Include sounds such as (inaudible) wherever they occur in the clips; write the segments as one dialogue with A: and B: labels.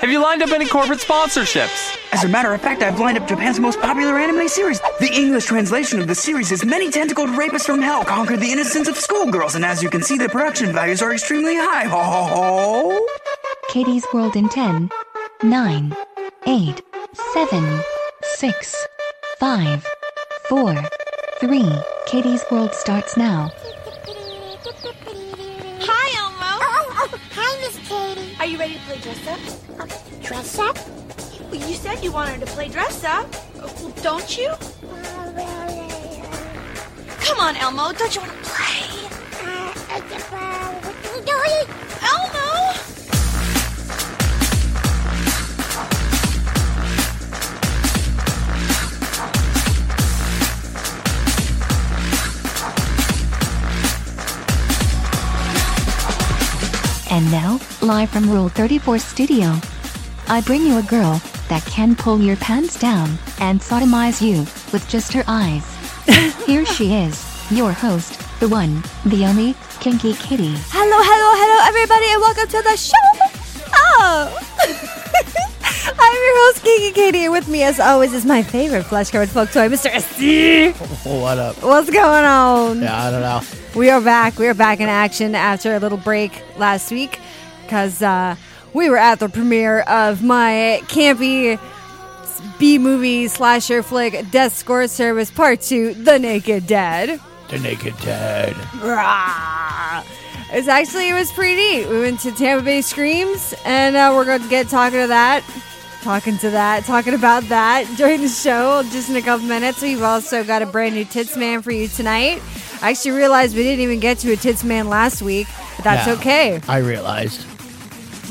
A: Have you lined up any corporate sponsorships?
B: As a matter of fact, I've lined up Japan's most popular anime series. The English translation of the series is Many Tentacled Rapists from Hell Conquer the Innocence of Schoolgirls, and as you can see, the production values are extremely high. Ho ho ho!
C: Katie's World in 10, 9, 8, 7, 6, 5, 4, 3. Katie's World starts now.
D: Hi, Elmo.
E: Oh, oh, hi, Miss Katie.
D: Are you ready to play dress up?
E: Okay, dress up?
D: Well, you said you wanted to play dress up. Well, don't you?
E: Uh, well,
D: Come on, Elmo. Don't you want to play?
E: uh, uh, uh, what are you doing?
D: Elmo!
C: And now, live from Rule 34 Studio, I bring you a girl that can pull your pants down and sodomize you with just her
F: (laughs)
C: eyes. Here she is, your host, the one, the only, Kinky Kitty.
F: Hello, hello, hello, everybody, and welcome to the show. Oh, (laughs) I'm your host, Kiki Katie, and with me, as always, is my favorite flesh-covered folk toy, Mr. SD.
G: What up?
F: What's going on?
G: Yeah, I don't know.
F: We are back. We are back in action after a little break last week because uh, we were at the premiere of my campy B movie slasher flick, Death Score Service Part Two: The Naked Dead.
G: The naked dead.
F: Rah. It was actually it was pretty neat. We went to Tampa Bay Screams, and uh, we're going to get talking to that, talking to that, talking about that (laughs) during the show just in a couple minutes. We've also got a brand new Tits Man for you tonight. I actually realized we didn't even get to a Tits Man last week, but that's
G: Yeah,
F: okay.
G: I realized.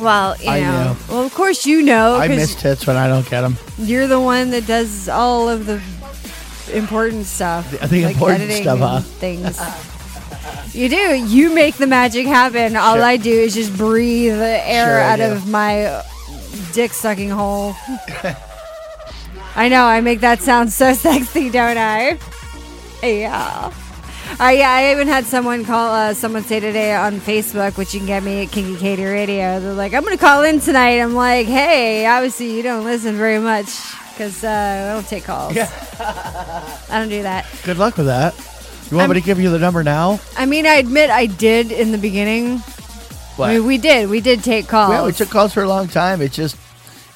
F: Well, you know,
G: I know.
F: well of course you know
G: I
F: 'cause
G: miss tits when I don't get them.
F: you're the one that does all of the important stuff.
G: The- the important
F: editing
G: stuff, huh?
F: and Things. You do. You make the magic happen. All
G: Sure.
F: I do is just breathe the air
G: Sure I
F: out
G: do.
F: of my dick sucking hole. I know. I make that sound so (laughs) sexy, don't I? Yeah. I, yeah, I even had someone call, uh, someone say today on Facebook, which you can get me at Kinky Katie Radio. They're like, I'm going to call in tonight. I'm like, hey, obviously you don't listen very much because uh, I don't take calls. (laughs) I don't do that.
G: Good luck with that. You want me to give you the number now?
F: I mean, I admit I did in the beginning.
G: What?
F: I mean, we did. We did take calls.
G: yeah, we took calls for a long time. It's just,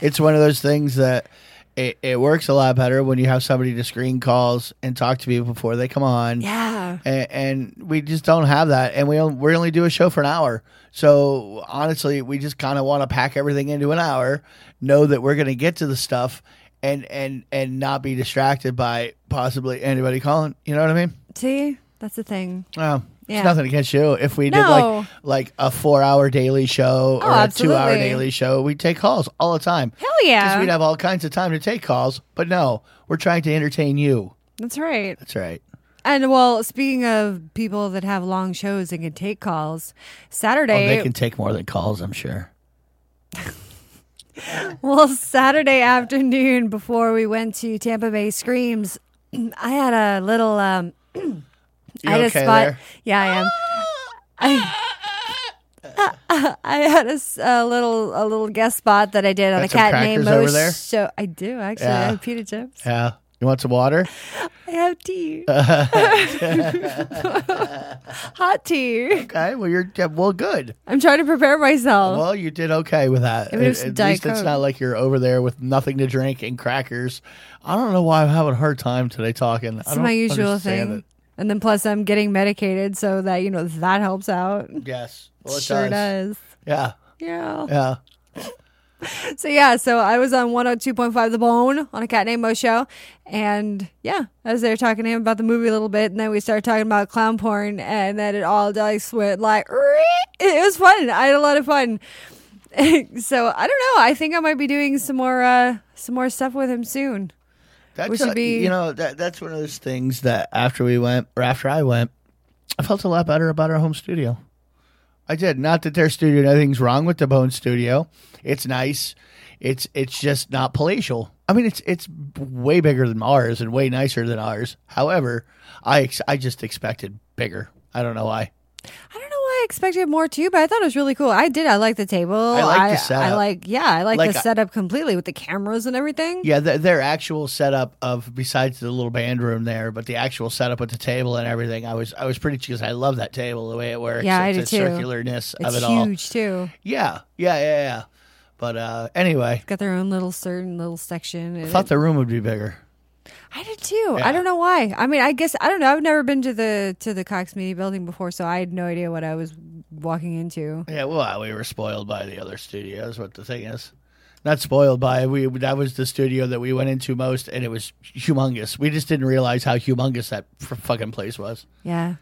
G: it's one of those things that it, it works a lot better when you have somebody to screen calls and talk to people before they come on.
F: yeah.
G: and, and we just don't have that and we on- we only do a show for an hour so honestly we just kind of want to pack everything into an hour know that we're going to get to the stuff and and and not be distracted by possibly anybody calling you know what i mean
F: See, that's the thing.
G: um,
F: Yeah.
G: It's nothing against you. If we did
F: No.
G: like like a four hour daily show
F: Oh,
G: or a two hour
F: absolutely.
G: daily show, we take calls all the time.
F: Hell yeah.
G: Because we'd have all kinds of time to take calls. But no, we're trying to entertain you.
F: That's right.
G: That's right. Oh,
F: And well, speaking of people that have long shows and can take calls,
G: Oh,
F: Saturday.
G: they can take more than calls, I'm sure.
F: (laughs) Well, Saturday afternoon before we went to Tampa Bay Screams, (clears throat) I had a little. um
G: You
F: I had
G: okay
F: a spot.
G: there?
F: Yeah, I am. I, I (laughs) had a, s- a little a little guest spot that I did on
G: Got
F: a
G: some
F: cat named
G: crackers over
F: Moe's
G: there?
F: show. I do actually. I
G: Yeah.
F: have pita chips.
G: Yeah. You want some water?
F: I have
G: (laughs)
F: tea. (laughs) Hot tea.
G: Okay. Well, you're yeah, well. Good.
F: I'm trying to prepare myself.
G: Well, you did okay with that.
F: Maybe there's Oh.
G: At-
F: some
G: at
F: Diet
G: least it's
F: Coke.
G: not like you're over there with nothing to drink and crackers. I don't know why I'm having a hard time today talking.
F: It's my usual thing. And then plus I'm getting medicated so that, you know, that helps out.
G: Yes. Well, it
F: sure
G: does.
F: does.
G: Yeah.
F: Yeah.
G: Yeah.
F: So yeah, so I was on 102.5 The Bone on a Cat Named Mo show, and yeah, I was there talking to him about the movie a little bit, and then we started talking about clown porn, and then it all just went like, it was fun. (laughs) I had a lot of fun. so I don't know. I think I might be doing some more uh, some more stuff with him soon.
G: That's
F: We should
G: a-
F: be-
G: you know, that, that's one of those things that after we went or after I went, I felt a lot better about our home studio. I did. Not that their studio nothing's wrong with the Bone Studio. It's nice. It's it's just not palatial. I mean, it's it's way bigger than ours and way nicer than ours. However, I ex- I just expected bigger. I don't know why.
F: I don't know why I expected more too, but I thought it was really cool. I did. I like the table.
G: I like the
F: I
G: setup.
F: like yeah. I like,
G: Like,
F: the
G: I-
F: setup completely with the cameras and everything.
G: Yeah, th- their actual setup of besides the little band room there, but the actual setup with the table and everything, I was I was pretty because I love that table the way it works.
F: Yeah, I
G: it's
F: do
G: the
F: too.
G: circularness of
F: It's
G: it all.
F: huge too.
G: Yeah, yeah, yeah, yeah. But uh, anyway,
F: Got their own little certain little section. and
G: I
F: it-
G: thought the room would be bigger.
F: I did too. I
G: Yeah.
F: don't know why. I mean, I guess I don't know. I've never been to the to the Cox Media Building before, so I had no idea what I was walking into.
G: Yeah, well, we were spoiled by the other studios. What the thing is, not spoiled by we. That was the studio that we went into most, and it was humongous. We just didn't realize how humongous that f- fucking place was.
F: Yeah,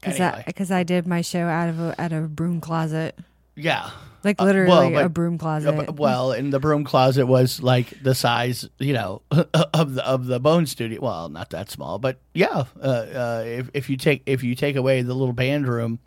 F: because
G: Anyway,
F: I, did my show out of a, out of a broom closet,
G: yeah.
F: like
G: Uh, well,
F: literally a
G: but-
F: broom
G: Uh,
F: closet.
G: b- well, and the broom closet was like the size, you know, (laughs) of the of the bone studio. Well, not that small, but yeah. Uh, uh, if if you take if you take away the little band room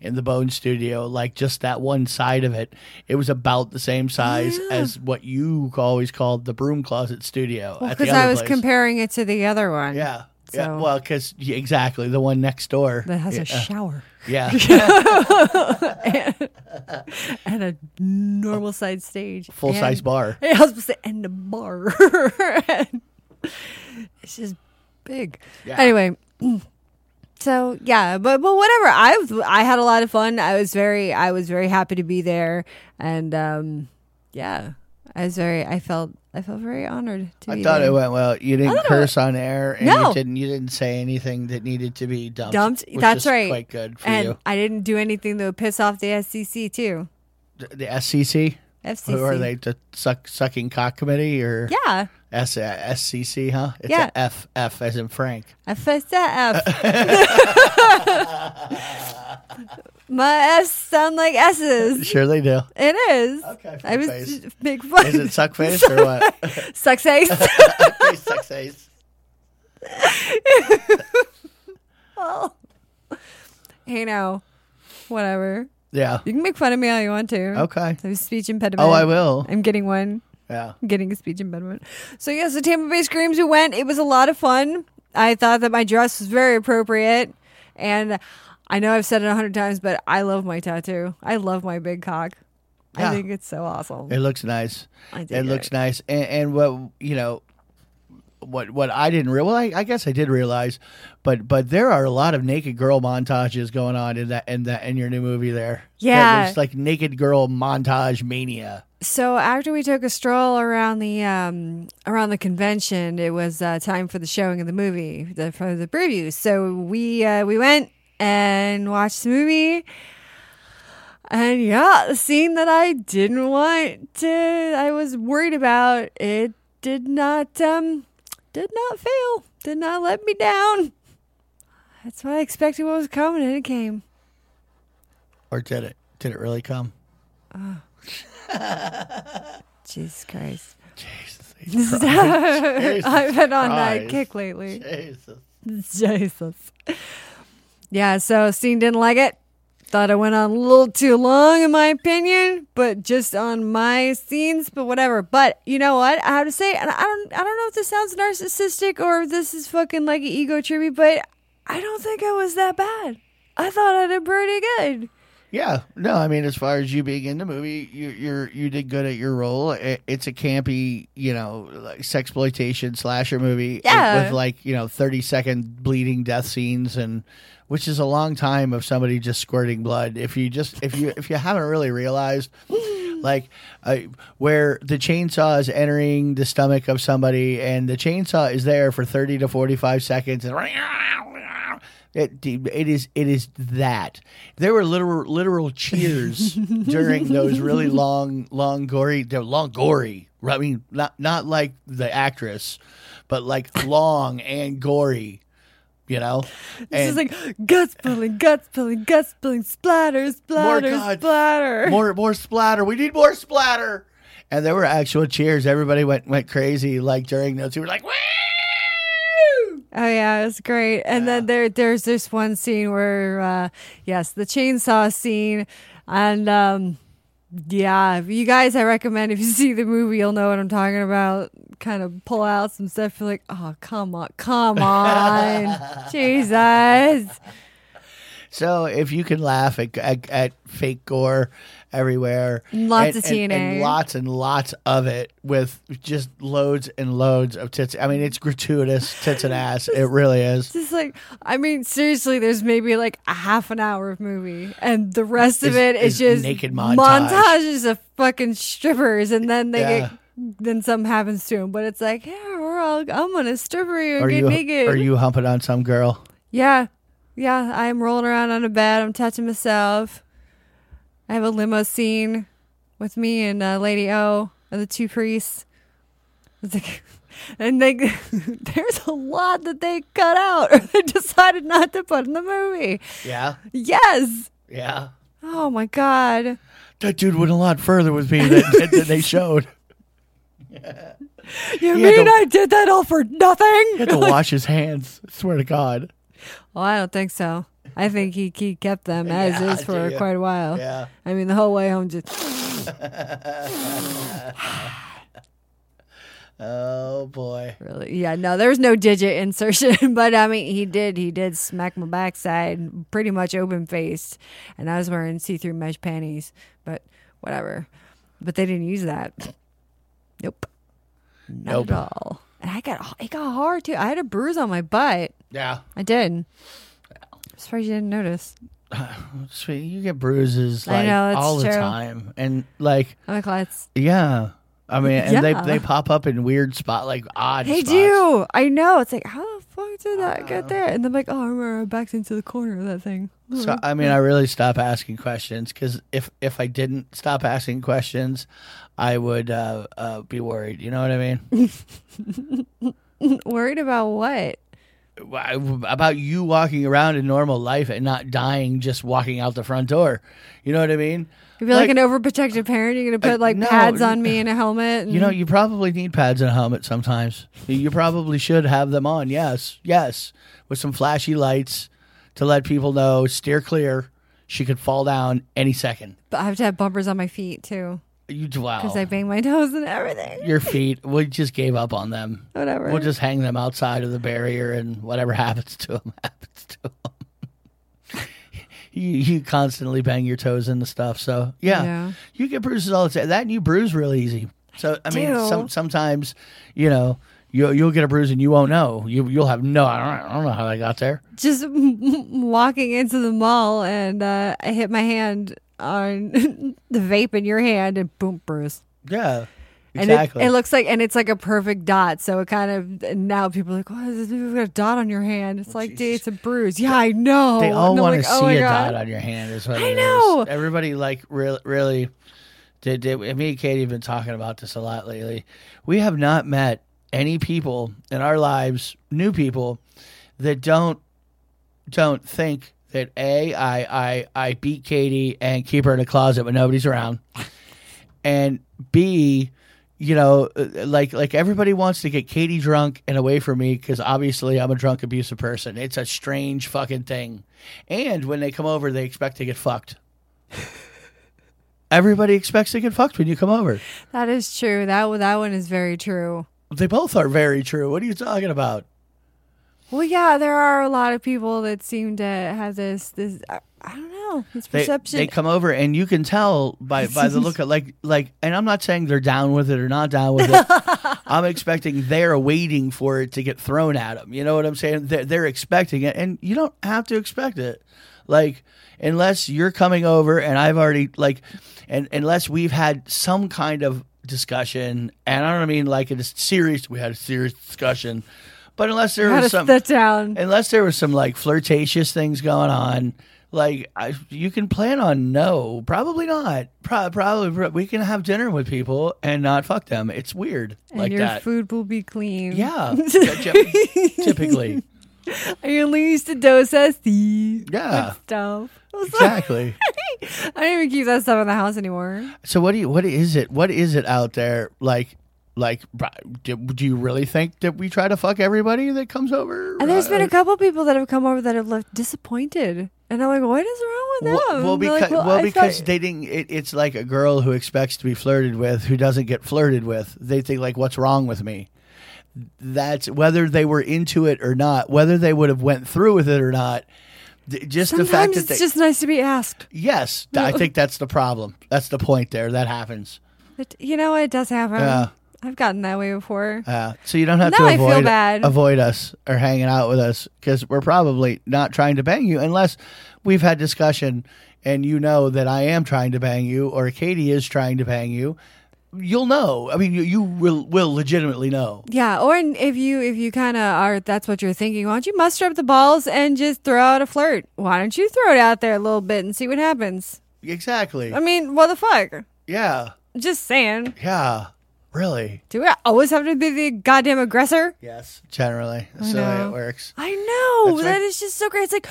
G: in the bone studio, like just that one side of it, it was about the same size as what you always called the broom closet studio. at the
F: because
G: other
F: I was
G: place.
F: comparing it to the other one.
G: Yeah. Yeah,
F: So-
G: well, because exactly the one next door
F: that has
G: yeah,
F: a shower
G: (laughs)
F: (laughs)
G: yeah,
F: and a normal sized stage,
G: full size
F: And-
G: bar.
F: Yeah, (laughs) I was supposed to end the bar. (laughs) it's just big.
G: Yeah.
F: Anyway, (clears throat) so yeah, but but whatever. I was- I had a lot of fun. I was very I was very happy to be there, and um, yeah, I was very I felt I felt very honored to.
G: I
F: be
G: thought
F: there.
G: it went well. You didn't curse on air, and
F: No.
G: you didn't. You didn't say anything that needed to be dumped.
F: dumped.
G: which
F: That's
G: is
F: right.
G: Quite good for
F: and
G: you.
F: I didn't do anything that would piss off the SEC too.
G: The the SCC.
F: FCC.
G: Who are they? The suck, sucking cock committee or
F: Yeah,
G: S, uh, SCC? Huh? It's
F: Yeah.
G: a F F as in Frank.
F: FSF.
G: (laughs)
F: (laughs) My F's sound like S's.
G: Sure they do.
F: It is.
G: Okay,
F: I was
G: fuckface.
F: just big fun.
G: Is
F: (laughs)
G: it suck face or what? (laughs)
F: Sucks ace.
G: Okay, suck face.
F: (laughs) hey, no. Whatever.
G: Yeah.
F: You can make fun of me all you want to.
G: Okay.
F: I have a speech impediment.
G: Oh, I will.
F: I'm getting one.
G: Yeah.
F: I'm getting a speech impediment. So, yeah, so Tampa Bay Screams, we went. It was a lot of fun. I thought that my dress was very appropriate. And I know I've said it a hundred times, but I love my tattoo. I love my big cock. I
G: Yeah.
F: think it's so awesome.
G: It looks nice.
F: I
G: It
F: dig
G: looks
F: it.
G: nice. And, and what you know, what what I didn't real well, I, I guess I did realize, but but there are a lot of naked girl montages going on in that in that in your new movie there.
F: Yeah.
G: it's like naked girl montage mania.
F: So after we took a stroll around the um, around the convention, it was uh, time for the showing of the movie, the, for the preview. So we uh, we went and watched the movie, and yeah, the scene that I didn't want to, I was worried about, it did not um, did not fail, did not let me down. That's what I expected. What was coming, and it came.
G: Or did it? Did it
F: (laughs)
G: really come?
F: Jesus Christ!
G: Jesus,
F: (laughs)
G: Jesus
F: I've been on that
G: Christ.
F: kick lately.
G: Jesus.
F: (laughs) Jesus. Yeah, so Steen didn't like it. Thought I went on a little too long, in my opinion, but just on my scenes, but whatever. But you know what? I have to say, and I don't, I don't know if this sounds narcissistic or if this is fucking like an ego tribute, but I don't think I was that bad. I thought I did pretty good.
G: Yeah, no, I mean, as far as you being in the movie, you you're you did good at your role. It, it's a campy, you know, like sexploitation slasher movie
F: Yeah.
G: with like you know thirty second bleeding death scenes, and which is a long time of somebody just squirting blood. If you just if you if you haven't really realized. Like uh, where the chainsaw is entering the stomach of somebody, and the chainsaw is there for thirty to forty-five seconds, and it, it is it is that there were literal literal cheers during those really long long gory they're long gory. I mean not not like the actress, but like long and gory you know?
F: It's just like guts pulling, guts pulling, guts pulling, splatter,
G: more
F: splatter,
G: God,
F: splatter.
G: (laughs) more more splatter. We need more splatter. And there were actual cheers. Everybody went went crazy. Like during those, we were like, "Woo!"
F: Oh yeah, it was great. And then there there's this one scene where uh yes, the chainsaw scene and um yeah, if you guys I recommend if you (laughs) see the movie you'll know what I'm talking about. Kind of pull out some stuff you're like, "Oh, come on. Come on. Jesus."
G: So if you can laugh at, at, at fake gore everywhere,
F: Lots
G: and-
F: of
G: and- and
F: TNA.
G: lots and lots of it, with just loads and loads of tits. I mean, it's gratuitous tits
F: (laughs)
G: and ass. It really is.
F: Just like I mean, seriously, there's maybe like a half an hour of movie, and the rest of
G: Is-
F: it is,
G: is
F: just
G: naked montage.
F: montages of fucking strippers, and then they
G: Yeah.
F: get then something happens to them. But it's like, yeah, we're all I'm gonna stripper you and
G: Are
F: get
G: you
F: naked.
G: are you humping on some girl?
F: yeah, yeah. I'm rolling around on a bed. I'm touching myself. I have a limo scene with me and uh, Lady O and the two priests. It's like, (laughs) and they, there's a lot that they cut out or (laughs) they decided not to put in the movie.
G: Yeah,
F: Yes.
G: yeah.
F: Oh my God.
G: That dude went a lot further with me than, than, than they showed.
F: You
G: He had
F: mean
G: to-
F: I did that all for
G: He
F: nothing?
G: had to wash his hands. Swear to God.
F: Well, I don't think so. I think he, he kept them as
G: (laughs) Yeah,
F: is for
G: do ya?
F: quite a while.
G: Yeah.
F: I mean, the whole way home just.
G: Oh boy.
F: Really? Yeah, no, there was no digit insertion, (laughs) but I mean, he did, he did smack my backside pretty much open faced, and I was wearing see through mesh panties, but whatever. But they didn't use that. Nope. Not
G: Nope.
F: at all. And I got, it got hard too. I had a bruise on my butt.
G: Yeah.
F: I did. I'm surprised you didn't notice.
G: Sweet. You get bruises
F: I
G: like
F: know, it's
G: all the
F: true.
G: time. And like
F: I'm like, that's,
G: yeah. I mean and
F: Yeah.
G: they they pop up in weird spot like odd
F: they
G: spots.
F: do. I know. It's like, how the fuck did that get there? And then like, oh, I remember I backed into the corner of that thing. (laughs)
G: So I mean I really stop asking questions cuz if if I didn't stop asking questions, I would uh, uh be worried, you know what I
F: (laughs)
G: mean?
F: Worried about what?
G: Why- About you walking around in normal life and not dying just walking out the front door. You know what I mean?
F: You'd be like, an overprotective parent. You're gonna put
G: Uh,
F: like
G: no,
F: pads
G: n-
F: on me and a helmet. And,
G: You know, you probably need pads and a helmet sometimes. You probably should have them on. Yes, yes, with some flashy lights to let people know steer clear. She could fall down any second.
F: But I have to have bumpers on my feet too
G: You wow.
F: because I bang my (laughs) toes and everything.
G: Your feet. We just gave up on them.
F: Whatever.
G: We'll just hang them outside of the barrier, and whatever (laughs) happens to them happens to them. (laughs) you you constantly bang your toes into stuff, so yeah,
F: Yeah.
G: you get bruises all the time. That and you bruise real easy. So I mean,
F: do.
G: some, sometimes you know you you'll get a bruise and you won't know. You you'll have no. I don't, I don't know how I got there.
F: just walking into the mall and uh, I hit my hand on (laughs) the vape in your hand and boom, bruise.
G: Yeah,
F: And
G: exactly.
F: it, it looks like, and it's like a perfect dot. So it kind of and now people are like, "Oh, this- you've got a dot on your hand." It's like, dude, it's a bruise. Yeah, I know.
G: they all
F: And I'm
G: want
F: like,
G: to
F: "Oh my
G: see a
F: God."
G: dot on your hand. Is what
F: I
G: it is.
F: know.
G: Everybody like really, really. Did, did me and Katie have been talking about this a lot lately? We have not met any people in our lives, new people, that don't don't think that a I I I beat Katie and keep her in a closet when nobody's around, and b you know uh, like like everybody wants to get Katie drunk and away from me because obviously I'm a drunk abusive person. It's a strange fucking thing, and when they come over, they expect to get fucked. Everybody expects to get fucked when you come over.
F: That is true. That one- that one is very true.
G: They both are very true. What are you talking about?
F: Well, yeah, there are a lot of people that seem to have this this I, I don't know this
G: they,
F: perception.
G: they come over and you can tell by by the look of like like and i'm not saying they're down with it or not down with it i'm expecting they're waiting for it to get thrown at them you know what i'm saying they're, they're expecting it and you don't have to expect it like unless you're coming over and i've already like and unless we've had some kind of discussion and i don't mean like it's serious we had a serious discussion but unless there
F: Gotta
G: was some
F: sit down.
G: unless there was some like flirtatious things going on like I, you can plan on no probably not Pro- probably pro- we can have dinner with people and not fuck them it's weird
F: and
G: like
F: your (laughs)
G: that
F: food will be clean.
G: yeah Typ- typically
F: I only used to dose us the
G: Yeah.
F: stuff.
G: Exactly.
F: I don't even keep that stuff in the house anymore.
G: So what do you? What is it? What is it out there? Like, like, bro, do, do you really think that we try to fuck everybody that comes over?
F: And there's been
G: Uh,
F: a couple people that have come over that have left disappointed, and I'm like, what is wrong with them?
G: Well, well,
F: They're like,
G: because, well,
F: I
G: because
F: thought-
G: dating, it, it's like a girl who expects to be flirted with who doesn't get flirted with. They think like, "What's wrong with me?" That's whether they were into it or not, whether they would have went through with it or not. th- Just
F: sometimes
G: the fact that
F: it's
G: they,
F: just nice to be asked.
G: yes, th- I think that's the problem. That's the point there. That happens.
F: But you know, it does happen.
G: Yeah.
F: I've gotten that way before.
G: Uh, so you don't have
F: Now
G: to
F: I feel
G: avoid
F: bad.
G: avoid us or hanging out with us because we're probably not trying to bang you unless we've had discussion and you know that I am trying to bang you or Katie is trying to bang you. You'll know. I mean, you, you will will legitimately know.
F: Yeah, or in- if you if you kind of are that's what you're thinking, why don't you muster up the balls and just throw out a flirt? Why don't you throw it out there a little bit and see what happens?
G: Exactly.
F: I mean, what the fuck?
G: yeah.
F: Just saying.
G: Yeah. Really.
F: Do I always have to be the goddamn aggressor?
G: Yes. Generally, that's the way
F: know.
G: it works.
F: I know
G: That's
F: that
G: right.
F: is just so great. It's like,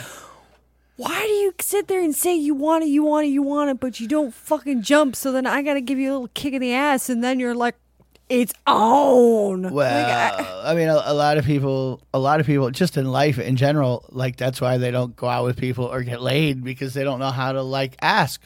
F: why do you sit there and say you want it, you want it, you want it, but you don't fucking jump? So then I gotta give you a little kick in the ass, and then you're like, it's on. Like, I-
G: Well, I mean, a, a lot of people, a lot of people, just in life in general, like that's why they don't go out with people or get laid because they don't know how to like ask,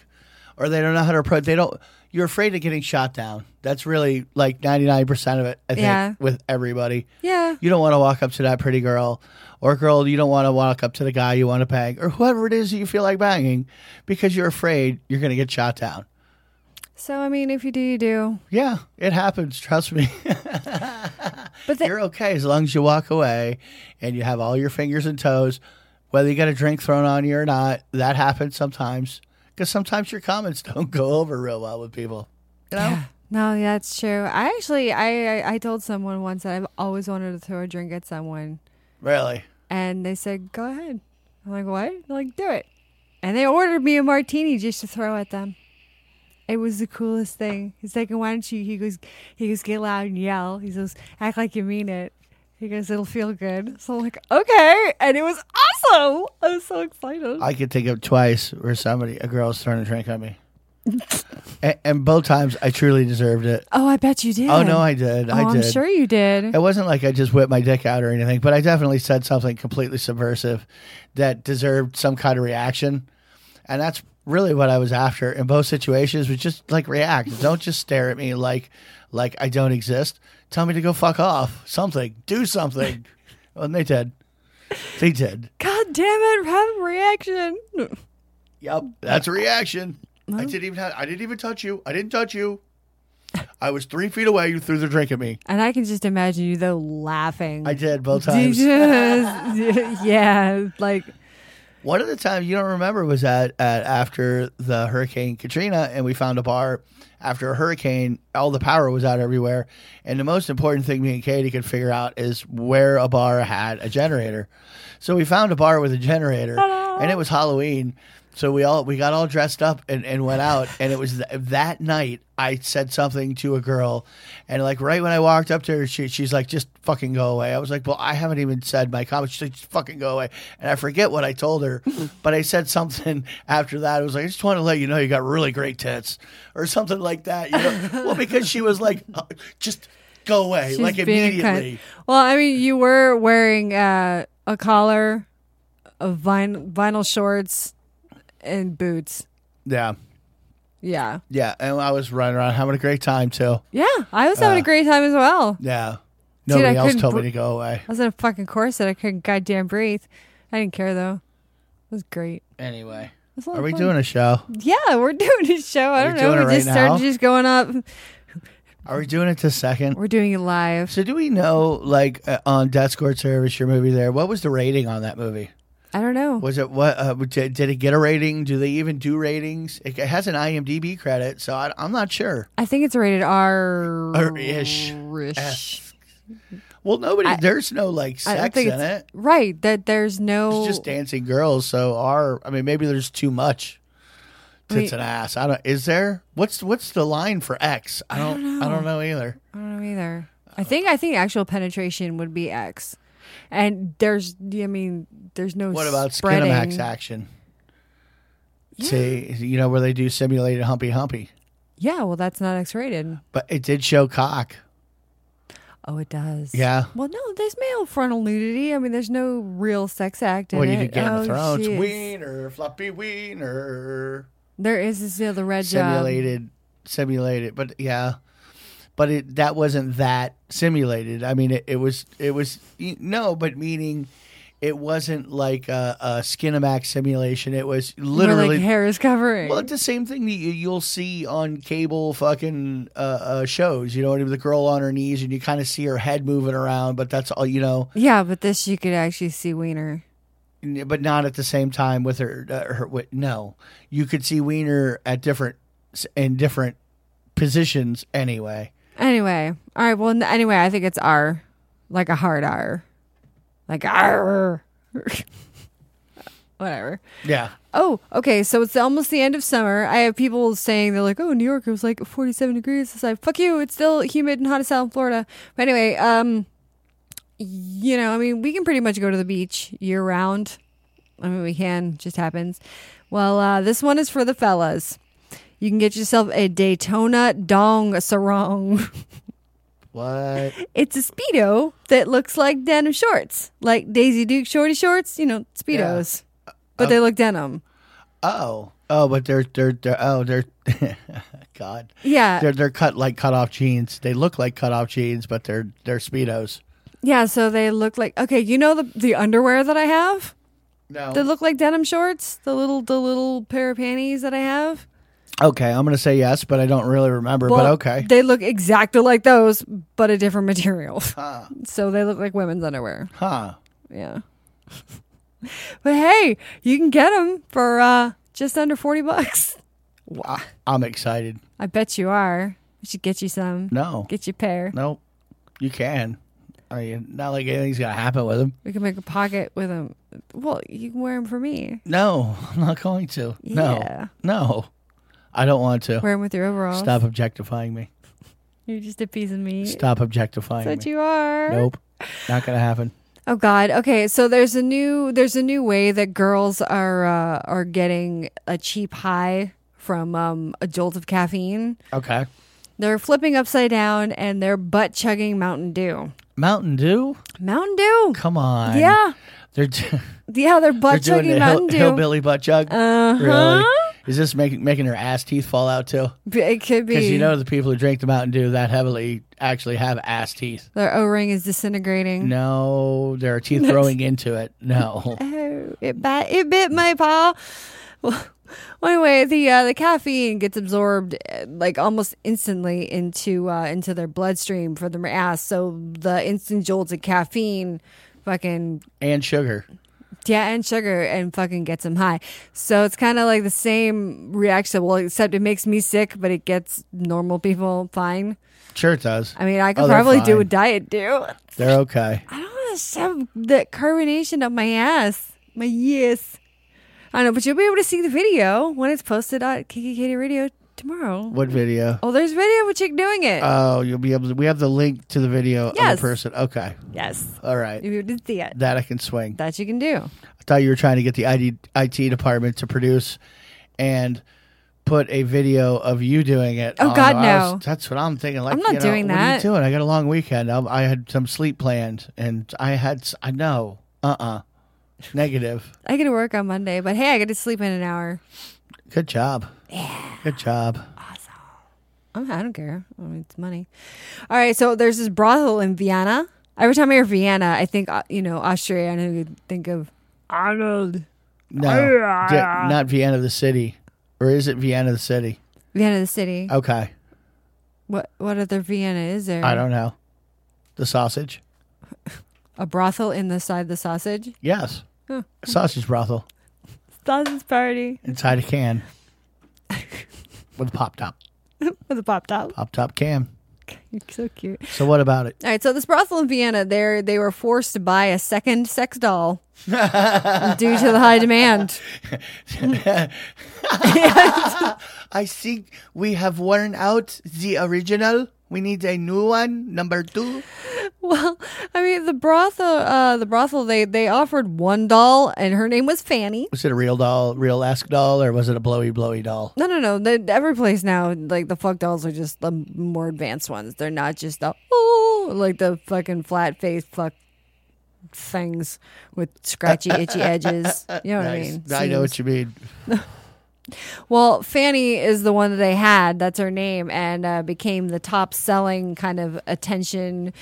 G: or they don't know how to approach. They don't. You're afraid of getting shot down. That's really like 99 percent of it. I think
F: Yeah.
G: with everybody,
F: yeah.
G: you don't want to walk up to that pretty girl or girl. You don't want to walk up to the guy you want to bang or whoever it is that you feel like banging because you're afraid you're going to get shot down.
F: So I mean, if you do, you do.
G: Yeah, it happens. Trust me.
F: (laughs) But the,
G: you're okay as long as you walk away and you have all your fingers and toes. Whether you got a drink thrown on you or not, that happens sometimes. Because sometimes your comments (laughs) don't go over real well with people. You know?
F: No, yeah, that's true. I actually, I, I, I told someone once that I've always wanted to throw a drink at someone,
G: Really?
F: and they said, "Go ahead." I'm like, "What?" They're like, "Do it." And they ordered me a martini just to throw at them. It was the coolest thing. He's like, "Why don't you?" He goes, "He goes, get loud and yell." He goes, "Act like you mean it." He goes, "It'll feel good." So I'm like, "Okay," and it was awesome. I was so excited.
G: I could think of twice where somebody, a girl's throwing a drink on
F: (laughs)
G: me. and, and both times I truly deserved it.
F: oh, I bet you did.
G: Oh, no, I did.
F: Oh,
G: I did.
F: I'm sure you did.
G: It wasn't like I just whipped my dick out or anything, but I definitely said something completely subversive that deserved some kind of reaction. And that's really what I was after in both situations was just like react. Don't just stare at me like like I don't exist. Tell me to go fuck off. Something. Do something. and they did. They did.
F: God damn it! Have a reaction.
G: Yep. That's a reaction. I didn't even have, I didn't even touch you. I didn't touch you. I was three feet away. You threw the drink at me.
F: And I can just imagine you though laughing. (laughs)
G: I did both
F: You
G: times.
F: just- (laughs) yeah,
G: (laughs)
F: like
G: One of the times you don't remember was at, at after the Hurricane Katrina, and we found a bar after a hurricane. All the power was out everywhere, and the most important thing me and Katie could figure out is where a bar had a generator. So we found a bar with a generator, and it was Halloween. So we all we got all dressed up and, and went out, and it was th- that night I said something to a girl, and like right when I walked up to her, she, she's like, "Just fucking go away." I was like, "Well, I haven't even said my comment." She's like, "Just fucking go away," and I forget what I told
F: (laughs)
G: her, but I said something after that. I was like, "I just want to let you know you got really great tits," or something like that. You
F: (laughs)
G: know? well, because she was like, "Uh, "Just go away,"
F: she's
G: like
F: being a cunt.
G: immediately.
F: Well, I mean, you were wearing uh, a collar, of vin- vinyl shorts, and boots.
G: Yeah,
F: Yeah,
G: yeah, and I was running around having a great time too.
F: yeah. I was
G: Uh.
F: having a great time as well.
G: Yeah.
F: Dude,
G: Nobody
F: I
G: else
F: couldn't
G: told
F: br-
G: me to go away.
F: I was in a fucking corset. I couldn't goddamn breathe. I didn't care though. It was great. It
G: Anyway.
F: was a lot
G: Are
F: of
G: we
F: fun.
G: doing a show?
F: Yeah, we're (laughs) doing a show. I
G: Are
F: don't
G: we
F: know.
G: doing
F: We
G: it right
F: just started
G: now?
F: just going up.
G: Are we doing it to second?
F: We're doing it live.
G: So do we know, like, uh, on Death Squad Service, your movie there? What was the rating on that movie?
F: I don't know.
G: Was it what? Uh, did, did it get a rating? Do they even do ratings? It has an IMDb credit, so I, I'm not sure.
F: I think it's rated R.
G: R-ish.
F: R-ish.
G: F. Well, nobody. there's no like
F: I don't
G: sex
F: think
G: in
F: it's- Oh.
G: it.
F: Right. That there's no.
G: It's just dancing girls. So are I mean, maybe there's too much. Tits
F: Wait.
G: and ass. I don't. Is there? What's what's the line for X? I don't. I don't know either.
F: I don't know either. I think I think actual penetration would be X. And there's, I mean, there's no.
G: What about
F: spreading.
G: Skinamax action? See, you know where they do simulated Humpy Humpy,
F: Yeah, well, that's not X-rated.
G: but it did show cock.
F: Oh, it does.
G: Yeah.
F: Well, no, there's male frontal nudity. I mean, there's no real sex act in
G: What
F: it.
G: you did Game
F: Oh,
G: of Thrones?
F: jeez.
G: Wiener, floppy wiener.
F: There is this the other red uh, job.
G: simulated simulated but yeah but it that wasn't that simulated i mean it, it was it was y- no but meaning it wasn't like a, a skinamax simulation it was
F: where,
G: literally
F: like hair is covering.
G: well, it's the same thing that you, you'll see on cable fucking uh, uh, shows. You know, with the girl on her knees, and you kind of see her head moving around, but that's all. You know,
F: yeah, but this you could actually see wiener.
G: N- but not at the same time with her. Uh, her with, no, you could see Wiener at different s- in different positions anyway.
F: Anyway, all right. Well, n- anyway, I think it's R, like a hard R, like R. (laughs) Whatever.
G: Yeah,
F: Oh, okay. So it's almost the end of summer. I have people saying they're like, "Oh, New York, it was like 47 degrees." It's like, "Fuck you! It's still humid and hot as hell in Florida." But anyway, um, you know, I mean, we can pretty much go to the beach year round. I mean, we can. Just happens. Well, uh, this one is for the fellas. You can get yourself a Daytona dong sarong. (laughs)
G: what?
F: It's a speedo that looks like denim shorts, like Daisy Duke shorty shorts. You know, speedos, but
G: Um,
F: they look denim.
G: Oh, oh, but they're they're, they're oh they're (laughs) God.
F: Yeah,
G: They're they're cut like cut off jeans. They look like cut off jeans, but they're they're speedos.
F: Yeah, so they look like okay, you know the the underwear that I have?
G: No.
F: They look like denim shorts, the little the little pair of panties that I have.
G: okay, I'm gonna say yes, but I don't really remember. but
F: Well,
G: okay.
F: They look exactly like those, but a different material. (laughs) So they look like women's underwear.
G: huh.
F: Yeah. (laughs) but hey, you can get them for uh just under 40 bucks. (laughs)
G: Wow. I'm excited.
F: I bet you are. We should get you some.
G: No.
F: Get you a pair.
G: Nope. You can. I mean, not like anything's gonna happen with them.
F: We can make a pocket with them. Well, you can wear them for me.
G: No, I'm not going to.
F: Yeah.
G: No. No. I don't want to.
F: Wear them with your overalls.
G: Stop objectifying me.
F: You're just a piece of meat.
G: Stop objectifying
F: That's what
G: me.
F: you are.
G: Nope. Not gonna happen.
F: Oh God. Okay, so there's a new there's a new way that girls are uh, are getting a cheap high from um, a jolt of caffeine.
G: Okay.
F: They're flipping upside down and they're butt chugging Mountain Dew.
G: Mountain Dew?
F: Mountain Dew.
G: Come on.
F: Yeah,
G: (laughs) They're d-
F: yeah. They're
G: they're
F: butt
G: doing
F: chugging
G: the hill-
F: Mountain Dew.
G: hillbilly butt chug.
F: Uh
G: Really?
F: huh.
G: Is this making making her ass teeth fall out too?
F: It could be.
G: Because you know the people who drink the Mountain Dew that heavily actually have ass teeth.
F: their O ring is disintegrating.
G: No, there are teeth growing into it.
F: (laughs)
G: No.
F: Oh, it bit it bit my paw. (laughs) Well, anyway, the uh, the caffeine gets absorbed uh, like almost instantly into uh, into their bloodstream for their ass. So the instant jolts of caffeine, fucking
G: And sugar.
F: yeah, and sugar and fucking gets them high. So it's kind of like the same reaction. Well, except it makes me sick, but it gets normal people fine.
G: Sure it does.
F: I mean, I could
G: Oh, they're
F: probably do a
G: fine.
F: diet do.
G: They're okay.
F: I don't want to shove the carbonation up my ass. My yes. I don't know, but you'll be able to see the video when it's posted on Kiki Katie Radio tomorrow.
G: What video?
F: Oh, there's video of a chick doing it.
G: Oh, you'll be able to. We have the link to the video of
F: Yes.
G: the person. Okay.
F: yes.
G: All right.
F: You'll be able to see it.
G: That I can swing.
F: That you can do.
G: I thought you were trying to get the ID, IT department to produce and put a video of you doing it.
F: Oh,
G: on-
F: God,
G: I was-
F: no.
G: that's what I'm thinking. Like,
F: I'm not
G: you know,
F: doing
G: what
F: that.
G: What are you doing? I got a long weekend. I, I had some sleep planned, and I had. s- I know. Uh uh Negative.
F: I get to work on Monday, but hey, I get to sleep in an hour.
G: Good job. Yeah. Good job.
F: I'm, I don't care. I mean, it's money. All right, so there's this brothel in Vienna. Every time I hear Vienna, I think, uh, you know, Austria, and I think of Arnold.
G: No, Di- not Vienna the city, or is it Vienna the city?
F: Vienna, the city.
G: Okay,
F: What what other Vienna is there?
G: I don't know. The sausage.
F: A brothel inside the sausage?
G: Yes.
F: Huh.
G: Sausage brothel
F: Sausage party
G: inside a can (laughs) with a pop top.
F: with a pop top.
G: Pop top can.
F: You're so cute.
G: So what about it?
F: All right, so this brothel in Vienna, there they were forced to buy a second sex
G: (laughs)
F: doll due to the high demand.
G: I think we have worn out the original. We need a new one, number two.
F: Well, I mean the brothel. Uh, the brothel. They they offered one doll, and her name was Fanny.
G: Was it a real doll, real ask doll, or was it a blowy blowy doll?
F: No, no, no. The, every place now, like the fuck dolls are just the more advanced ones. They're not just the oh, like the fucking flat face fuck things with scratchy, itchy edges. You know what I
G: Nice.
F: mean?
G: I know what you mean.
F: Well, Fanny is the one that they had. That's her name, and uh, became the top selling kind of attention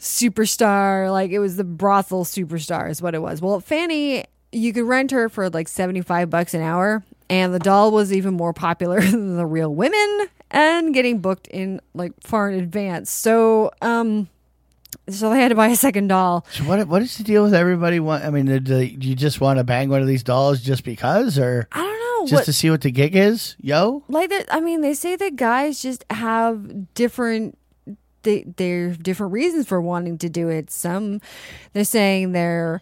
F: superstar. Like it was the brothel superstar, is what it was. Well, Fanny, you could rent her for like 75 bucks an hour, and the doll was even more popular (laughs) than the real women and getting booked in like far in advance. So, um, so they had to buy a second doll.
G: So what what is the deal with everybody? Want I mean, do, do you just want to bang one of these dolls just because, or
F: I don't know.
G: just
F: what-
G: to see what the gig is? Yo,
F: like that i mean they say that guys just have different they they're different reasons for wanting to do it some they're saying they're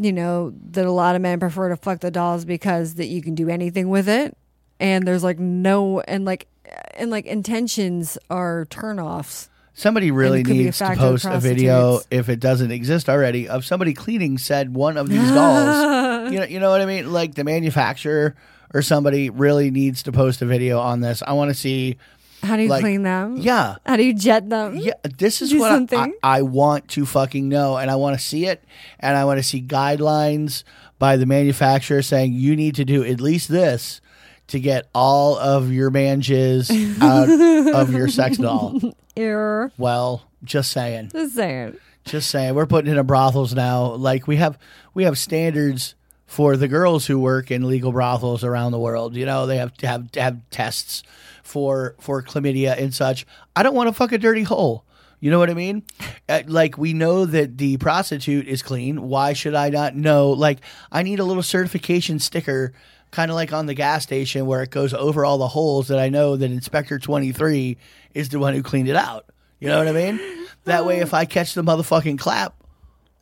F: you know that a lot of men prefer to fuck the dolls because that you can do anything with it and there's like no and like and like intentions are turnoffs
G: somebody really
F: it could be a
G: needs to
F: factor of
G: post a video
F: prostitutes.
G: if it doesn't exist already of somebody cleaning said one
F: (laughs)
G: of these dolls. You know, you know what I mean? Like the manufacturer or somebody really needs to post a video on this. I want to see.
F: how do you
G: Like,
F: clean them
G: Yeah.
F: how do you jet them
G: Yeah, this is
F: Mm. Do
G: what I- I,
F: something.
G: I want to fucking know, and I want to see it, and I want to see guidelines by the manufacturer saying you need to do at least this to get all of
F: (laughs)
G: your manges out of your sex doll.
F: Err.
G: Well, just saying,
F: just saying
G: just saying, we're putting it in brothels now. Like we have, we have standards for the girls who work in legal brothels around the world. You know, they have to have to have tests for for chlamydia and such. I don't want to fuck a dirty hole. You know what I mean? Uh, Like we know that the prostitute is clean. Why should I not know? Like I need a little certification sticker, kind of like on the gas station where it goes over all the holes that I know that Inspector Twenty Three is the one who cleaned it out. You know what I mean? That way, if I catch the motherfucking clap,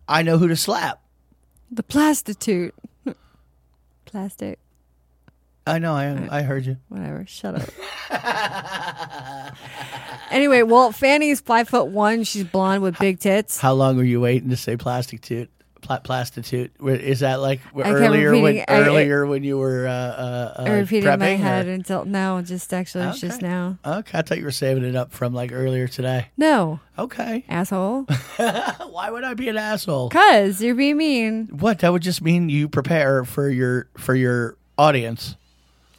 G: I know who to slap.
F: the
G: (laughs)
F: prostitute plastic
G: I know. I I heard you.
F: whatever. Shut up. anyway, well, Fanny's five foot one. She's blonde with big tits.
G: How long were you waiting to say prostitute? Pla- prostitute? Wh- Is that like wh-
F: kept
G: earlier when
F: repeating- I- I-
G: earlier when you were uh, uh, uh,
F: I repeated
G: prepping?
F: in my
G: or-
F: head until no, just actually, it's just
G: Okay.
F: now.
G: Okay, I thought you were saving it up from like earlier today.
F: No,
G: Okay, (laughs)
F: asshole.
G: why would I be an asshole?
F: Cause you're being mean.
G: What? That would just mean you prepare for your for your audience.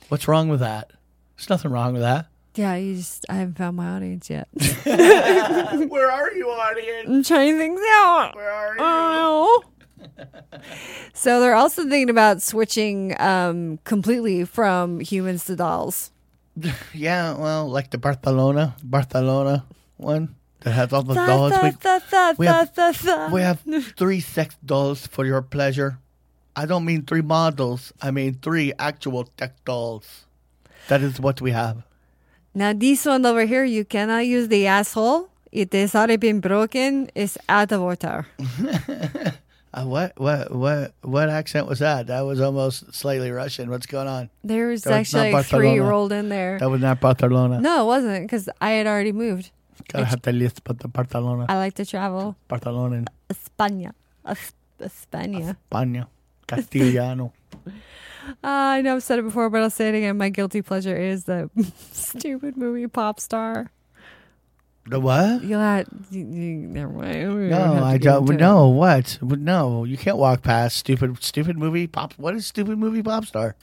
G: What's wrong with that? There's nothing wrong with that.
F: Yeah, you just I haven't found my audience yet. (laughs)
G: Where are you, audience?
F: I'm trying things out.
G: Where are you?
F: Oh. so they're also thinking about switching um, completely from humans to dolls.
G: Yeah, well, like the Barcelona, Barcelona one that has all the
F: Tha,
G: dolls.
F: tha,
G: We-
F: tha, tha,
G: we have-
F: tha, tha.
G: We have three sex dolls for your pleasure. I don't mean three models. I mean three actual sex dolls. That is what we have.
F: Now this one over here, you cannot use the asshole. It has already been broken. It's out of order.
G: Uh, what what what what accent was that? That was almost slightly Russian. What's going on?
F: There's
G: That was
F: actually
G: not
F: like three
G: Barcelona.
F: rolled in there.
G: That was not Barcelona.
F: No, it wasn't because I had already moved.
G: Gotta have to list, but the Barcelona,
F: I like to travel.
G: Barcelona,
F: España. Es- España.
G: España, Castellano.
F: Uh, I know I've said it before, but I'll say it again. My guilty pleasure is the (laughs) stupid movie Pop Star.
G: the what?
F: You'll have, you, you, never mind. We don't have
G: No,
F: to
G: I
F: get
G: don't.
F: into it.
G: No, what? No, you can't walk past stupid, stupid movie pop. What is stupid movie pop star?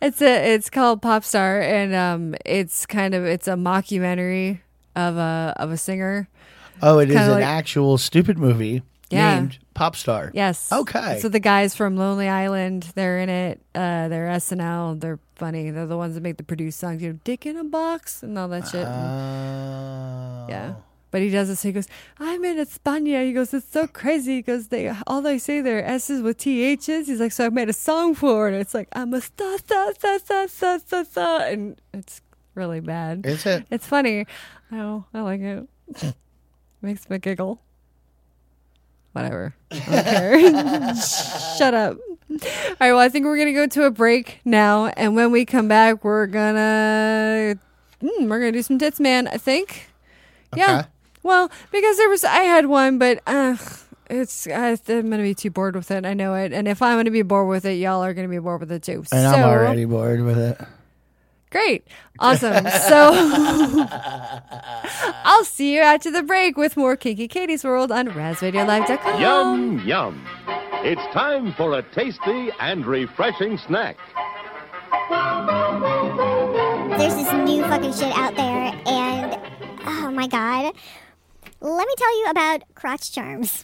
F: It's a it's called Popstar and um it's kind of it's a mockumentary of a of a singer.
G: Oh, it is
F: Kinda
G: an
F: like-
G: actual stupid movie
F: Yeah.
G: named Pop Star.
F: Yes.
G: Okay.
F: So the guys from Lonely Island, they're in it. Uh, they're SNL. They're funny. They're the ones that make the produce songs. You know, "Dick in a Box" and all that shit.
G: Ah.
F: And-
G: Oh.
F: yeah. But he does this. He goes, "I'm in España." He goes, "It's so crazy." He goes, "They all they say they're S's with THs." He's like, "So I made a song for it." It's like I'm a sta sta sta sta sta sta sta, and it's really bad.
G: Is it?
F: It's funny. Oh, I like it. (laughs) Makes me giggle. Whatever. I don't care. (laughs) Shut up. All right. Well, I think we're gonna go to a break now, and when we come back, hmm, we're gonna mm, we're gonna do some tits, man. I think. Yeah.
G: Okay.
F: Well, because there was, I had one, but uh, it's I, I'm gonna be too bored with it. I know it, and if I'm gonna be bored with it, y'all are gonna be bored with it too.
G: And
F: so
G: I'm already bored with it.
F: great,
G: (laughs)
F: awesome. so (laughs) I'll see you after the break with more Kinky Katie's World on RazRadioLive.com.
H: Yum, yum. It's time for a tasty and refreshing snack.
E: There's this new fucking shit out there, and oh my god. Let me tell you about crotch charms.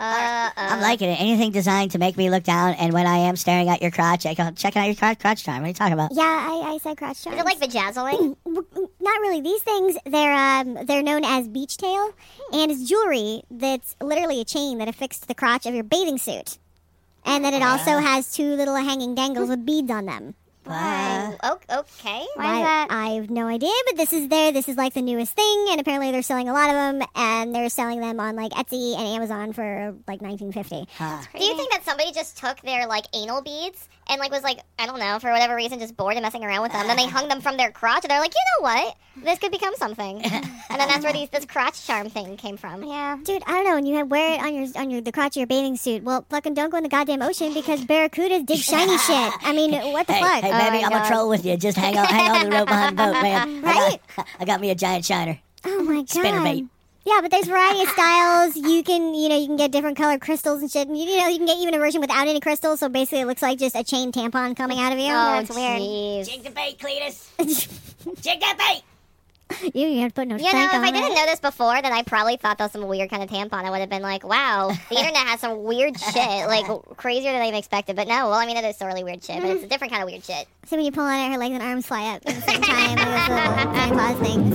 I: Uh, I'm liking it. Anything designed to make me look down, and when I am staring at your crotch, I go, checking out your crotch, crotch time. What are you talking about?
E: Yeah, I, I said crotch charms. Is it like vajazzling? Not really. These things they're um, they're known as beach tail, and it's jewelry that's literally a chain that affixed to the crotch of your bathing suit, and then it also has two little hanging dangles with beads on them.
J: okay.
E: Why I have no idea, but this is there. This is like the newest thing, and apparently they're selling a lot of them, and they're selling them on like Etsy and Amazon for like 1950.
J: Do you think that somebody just took their like anal beads and like was like I don't know for whatever reason just bored and messing around with them? Then they hung them from their crotch and they're like, you know what? This could become something. and then that's where these this crotch charm thing came from. Yeah.
E: Dude, I don't know. And you had wear it on your on your the crotch of your bathing suit. Well, fucking don't go in the goddamn ocean because barracudas dig shiny shit. I
J: (laughs)
E: mean, what Oh, the
I: Hey,
E: fuck?
I: hey, baby,
J: Oh my
I: I'm a
J: God.
I: troll with you. Just hang on, hang on to the rope behind the boat, man.
E: (laughs) Right?
I: I got, (laughs) I got me a giant shiner.
E: Oh my god.
I: Spinnerbait.
E: Yeah, but there's variety of styles. You can, you know, you can get different color crystals and shit. And you, you know, you can get even a version without any crystals. So basically, it looks like just a chain tampon coming out of
J: Oh,
E: you. That's weird.
J: jeez.
I: Jig the bait, Cletus.
E: (laughs)
I: Jig that bait.
E: You, you had to put no
J: You know,
E: spank
J: if
E: on
J: I
E: it.
J: didn't know this before, then I probably thought that was some weird kind of tampon. I would have been like, wow,
E: (laughs)
J: the internet has some weird shit, like crazier than I even expected. But no, well, I mean, it is sorely weird shit, but it's a different kind of weird shit.
E: So Mm-hmm. when you pull on it, her legs and arms fly up at the same time. Like those little
J: (laughs)
E: Santa Claus things.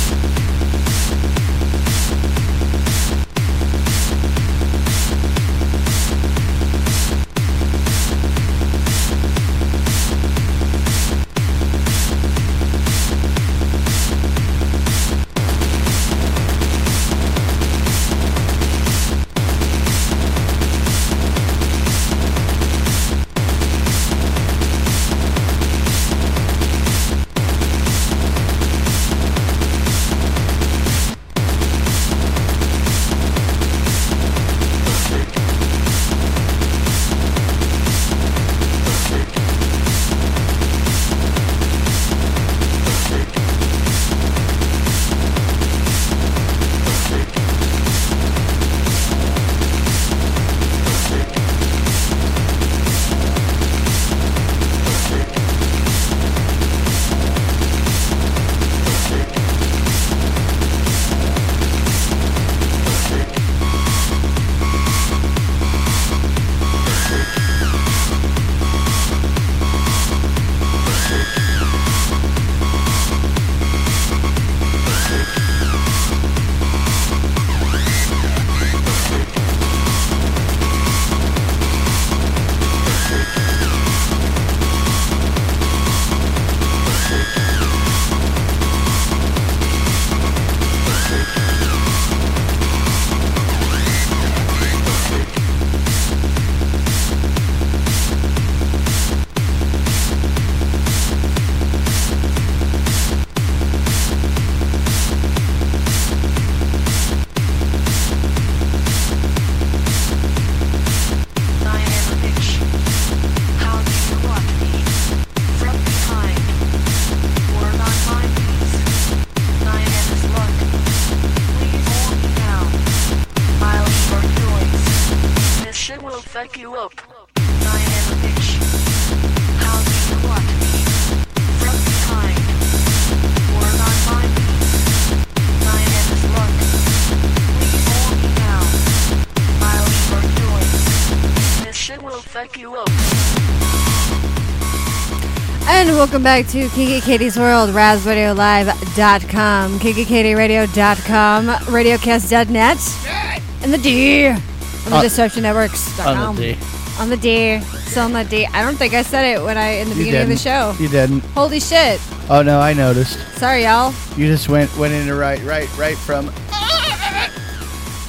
F: And welcome back to Kinky Katie's World, RazRadioLive.com, KinkyKatieRadio.com, RadioCast.net, and the D on the
G: Uh,
F: Disruption Networks.com.
G: on the D.
F: On the D. Still on the D. I don't think I said it when I in the
G: You
F: beginning of the show.
G: didn't. You didn't.
F: Holy shit.
G: Oh no, I noticed.
F: Sorry, y'all.
G: You just went went into right, right, right from.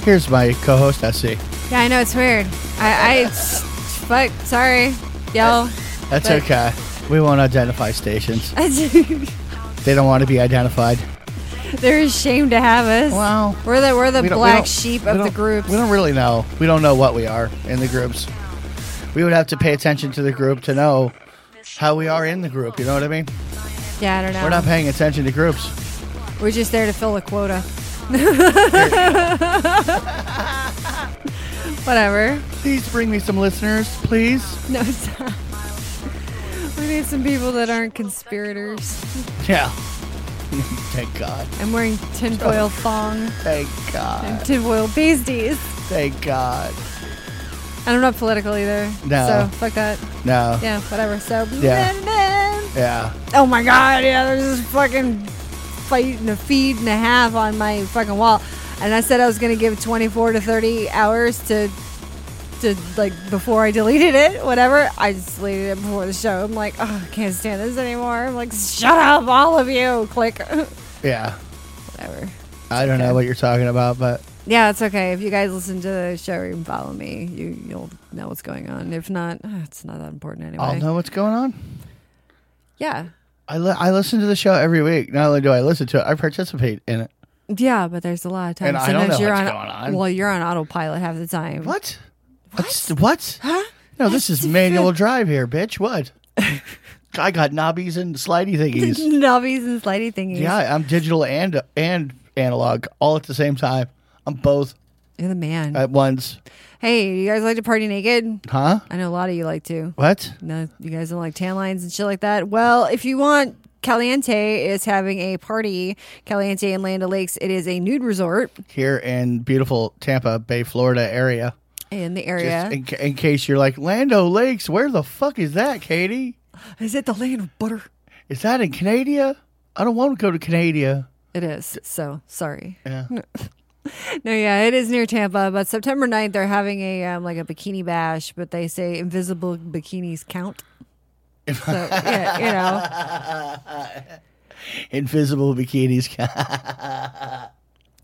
G: Here's my co-host. I see.
F: Yeah,
G: (laughs)
F: I know it's weird. I, I fuck. Sorry, y'all. (laughs)
G: That's
F: But-
G: okay. We won't identify stations.
F: They're
G: They don't want to be identified.
F: ashamed to have us. Wow. We're the we're the
G: We don't- we
F: black
G: don't-
F: sheep
G: we
F: of the
G: don't-
F: groups.
G: We don't really know. We don't know what we are in the groups. We would have to pay attention to the group to know how we are in the group. You know what I mean?
F: yeah, I don't know.
G: We're not paying attention to groups.
F: We're just there to fill a
G: (laughs)
F: quota. Whatever.
G: Please bring me some listeners, please.
F: No, stop. We need some people that aren't conspirators.
G: Yeah. (laughs) Thank God.
F: I'm wearing tinfoil thong
G: Thank God.
F: and tinfoil pasties.
G: Thank God.
F: And I'm not political either.
G: No.
F: So fuck that.
G: No.
F: Yeah, whatever. So
G: Yeah. Yeah.
F: Oh my god, yeah, there's this fucking fight and a feed and a half on my fucking wall. And I said I was gonna give 24 to 30 hours to, to like before I deleted it, whatever. I just deleted it before the show. I'm like, oh, I can't stand this anymore. I'm like, shut up, all of you. Click. (laughs)
G: Yeah.
F: whatever.
G: I don't know what you're talking about, but
F: Yeah, it's okay. If you guys listen to the show or even follow me, you you'll know what's going on. If not, (sighs) it's not that important anyway.
G: I'll know what's going on.
F: Yeah.
G: I, li- I listen to the show every week. Not only do I listen to it, I participate in it.
F: Yeah, but there's a lot of times.
G: And I don't know
F: you're
G: what's
F: on,
G: going on.
F: Well, you're on autopilot half the time.
G: What? What? What? Huh? No, this is manual drive here, bitch. (laughs) What? I got knobbies and slidey
F: (laughs)
G: thingies.
F: Knobbies and slidey thingies.
G: yeah, I'm digital and and analog all at the same time. I'm both
F: You're the man.
G: at once.
F: hey, you guys like to party naked?
G: Huh?
F: I know a lot of you like to.
G: What?
F: No, you guys don't like tan lines and shit like that. Well, if you want, Caliente is having a party. Caliente in Land Lakes. It is a nude resort
G: Here in beautiful Tampa Bay, Florida area.
F: in the
G: Just
F: area.
G: in, ca- in case you're like Lando Lakes, where the fuck is that, Katie?
F: is it the land of butter?
G: Is that in Canada? I don't want to go to Canada.
F: It is. So sorry.
G: Yeah.
F: (laughs) No, yeah, it is near Tampa, but September 9th, they're having a um, like a bikini bash, but they say invisible bikinis count. So, yeah, you know,
G: Invisible bikinis. (laughs)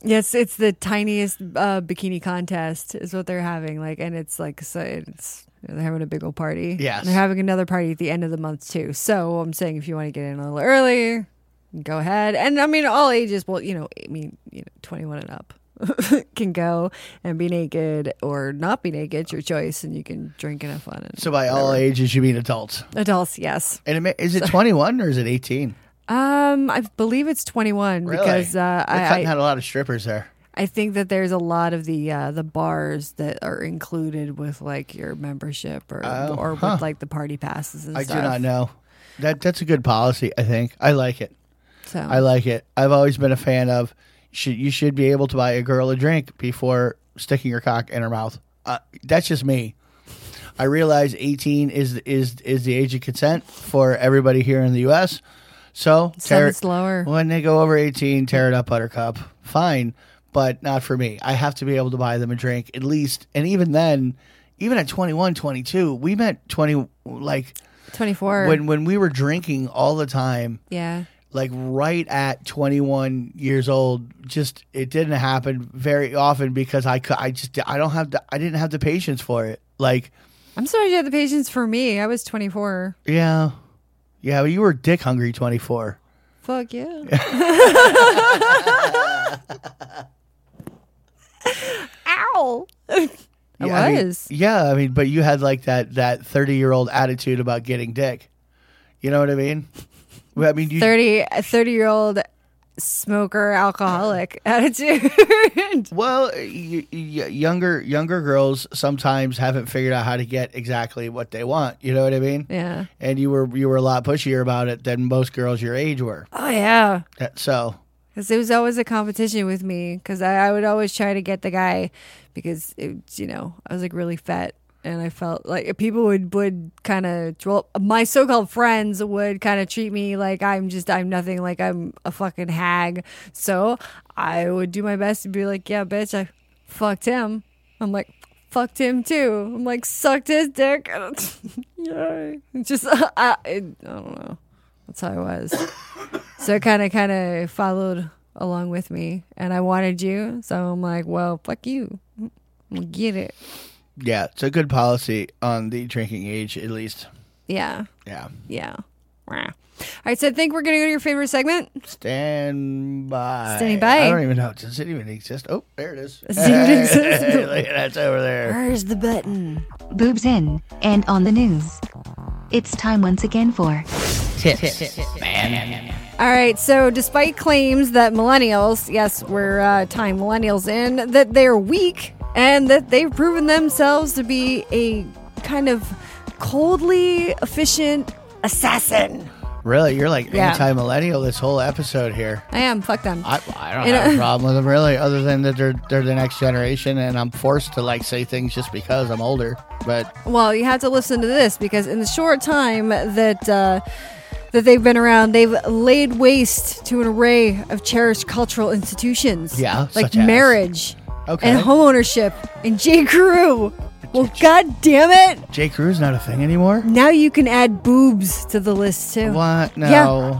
F: yes, it's the tiniest uh, bikini contest is what they're having. Like, and it's like, so it's they're having a big old party.
G: Yes.
F: they're having another party at the end of the month too. So I'm saying if you want to get in a little early, go ahead. And I mean, all ages. Well, you know, I mean, you know, 21 and up. (laughs) can go and be naked or not be naked, it's your choice, and you can drink and have fun. And
G: so by all ages, you mean adults.
F: Adults, yes.
G: And it ma- is it 21 or is it 18?
F: Um, I believe it's 21
G: Really?
F: because uh,
G: They're cutting
F: I, I
G: out a lot of strippers there.
F: I think that there's a lot of the uh, the bars that are included with like your membership or
G: Oh,
F: or
G: huh.
F: with like the party passes and
G: I
F: stuff.
G: do not know. That that's a good policy. I think I like it.
F: So
G: I like it. I've always been a fan of. Should you should be able to buy a girl a drink before sticking your cock in her mouth. Uh, that's just me. I realize 18 is is is the age of consent for everybody here in the U.S. So
F: Some
G: tear-
F: it's lower.
G: when they go over 18, tear it up, Buttercup. Fine, but not for me. I have to be able to buy them a drink at least, and even then, even at 21, 22, we met 20 like
F: 24.
G: when when we were drinking all the time
F: yeah.
G: like right at 21 years old just it didn't happen very often because i cou- i just i don't have the i didn't have the patience for it like
F: I'm sorry you had the patience for me. I was 24.
G: yeah yeah but you were dick hungry 24
F: Fuck
G: (laughs)
F: yeah. Ow. I
G: yeah, I mean-
F: was.
G: yeah i mean but you had like that that 30 year old attitude about getting dick you know what i mean Well, i mean you
F: 30 a 30 year old smoker alcoholic (laughs) attitude
G: Well, y- y- younger younger girls sometimes haven't figured out how to get exactly what they want. You know what I mean?
F: yeah
G: And you were you were a lot pushier about it than most girls your age were.
F: oh yeah
G: That- So
F: because it was always a competition with me because I, I would always try to get the guy because it's you know i was like really fat and i felt like people would would kind of well my so-called friends would kind of treat me like i'm just i'm nothing like i'm a fucking hag so i would do my best to be like yeah bitch i fucked him i'm like fucked him too i'm like sucked his dick (laughs) Yay. just (laughs) I, I don't know that's how i was so it kind of kind of followed along with me, and I wanted you, so I'm like, well, fuck you, We'll get it.
G: yeah, it's a good policy on the drinking age at least.
F: Yeah.
G: Yeah.
F: Yeah. Wah. All right. So I think we're going to go to your favorite segment.
G: (laughs) Stand by.
F: Standing by.
G: I don't even know. Does it even exist? Oh, there it is.
F: Does it
G: (laughs)
F: even exist?
G: Hey, look at that's over there.
F: Where's the button?
C: Boobs in and on the news. It's time once again for
F: All right. So, despite claims that millennials, yes, we're uh, tying millennials in, that they're weak and that they've proven themselves to be a kind of coldly efficient assassin.
G: Really, you're like
F: Yeah.
G: anti-millennial this whole episode here.
F: I am. Fuck them.
G: I, I don't
F: You
G: have
F: know-
G: a problem with them really, other than that they're they're the next generation, and I'm forced to like say things just because I'm older. But
F: Well, you have to listen to this because in the short time that uh, that they've been around, they've laid waste to an array of cherished cultural institutions.
G: Yeah,
F: like
G: such as?
F: marriage,
G: Okay.
F: and homeownership, and J. Crew. Well, god damn it!
G: J. Crew's not a thing anymore.
F: Now you can add boobs to the list too.
G: What? No.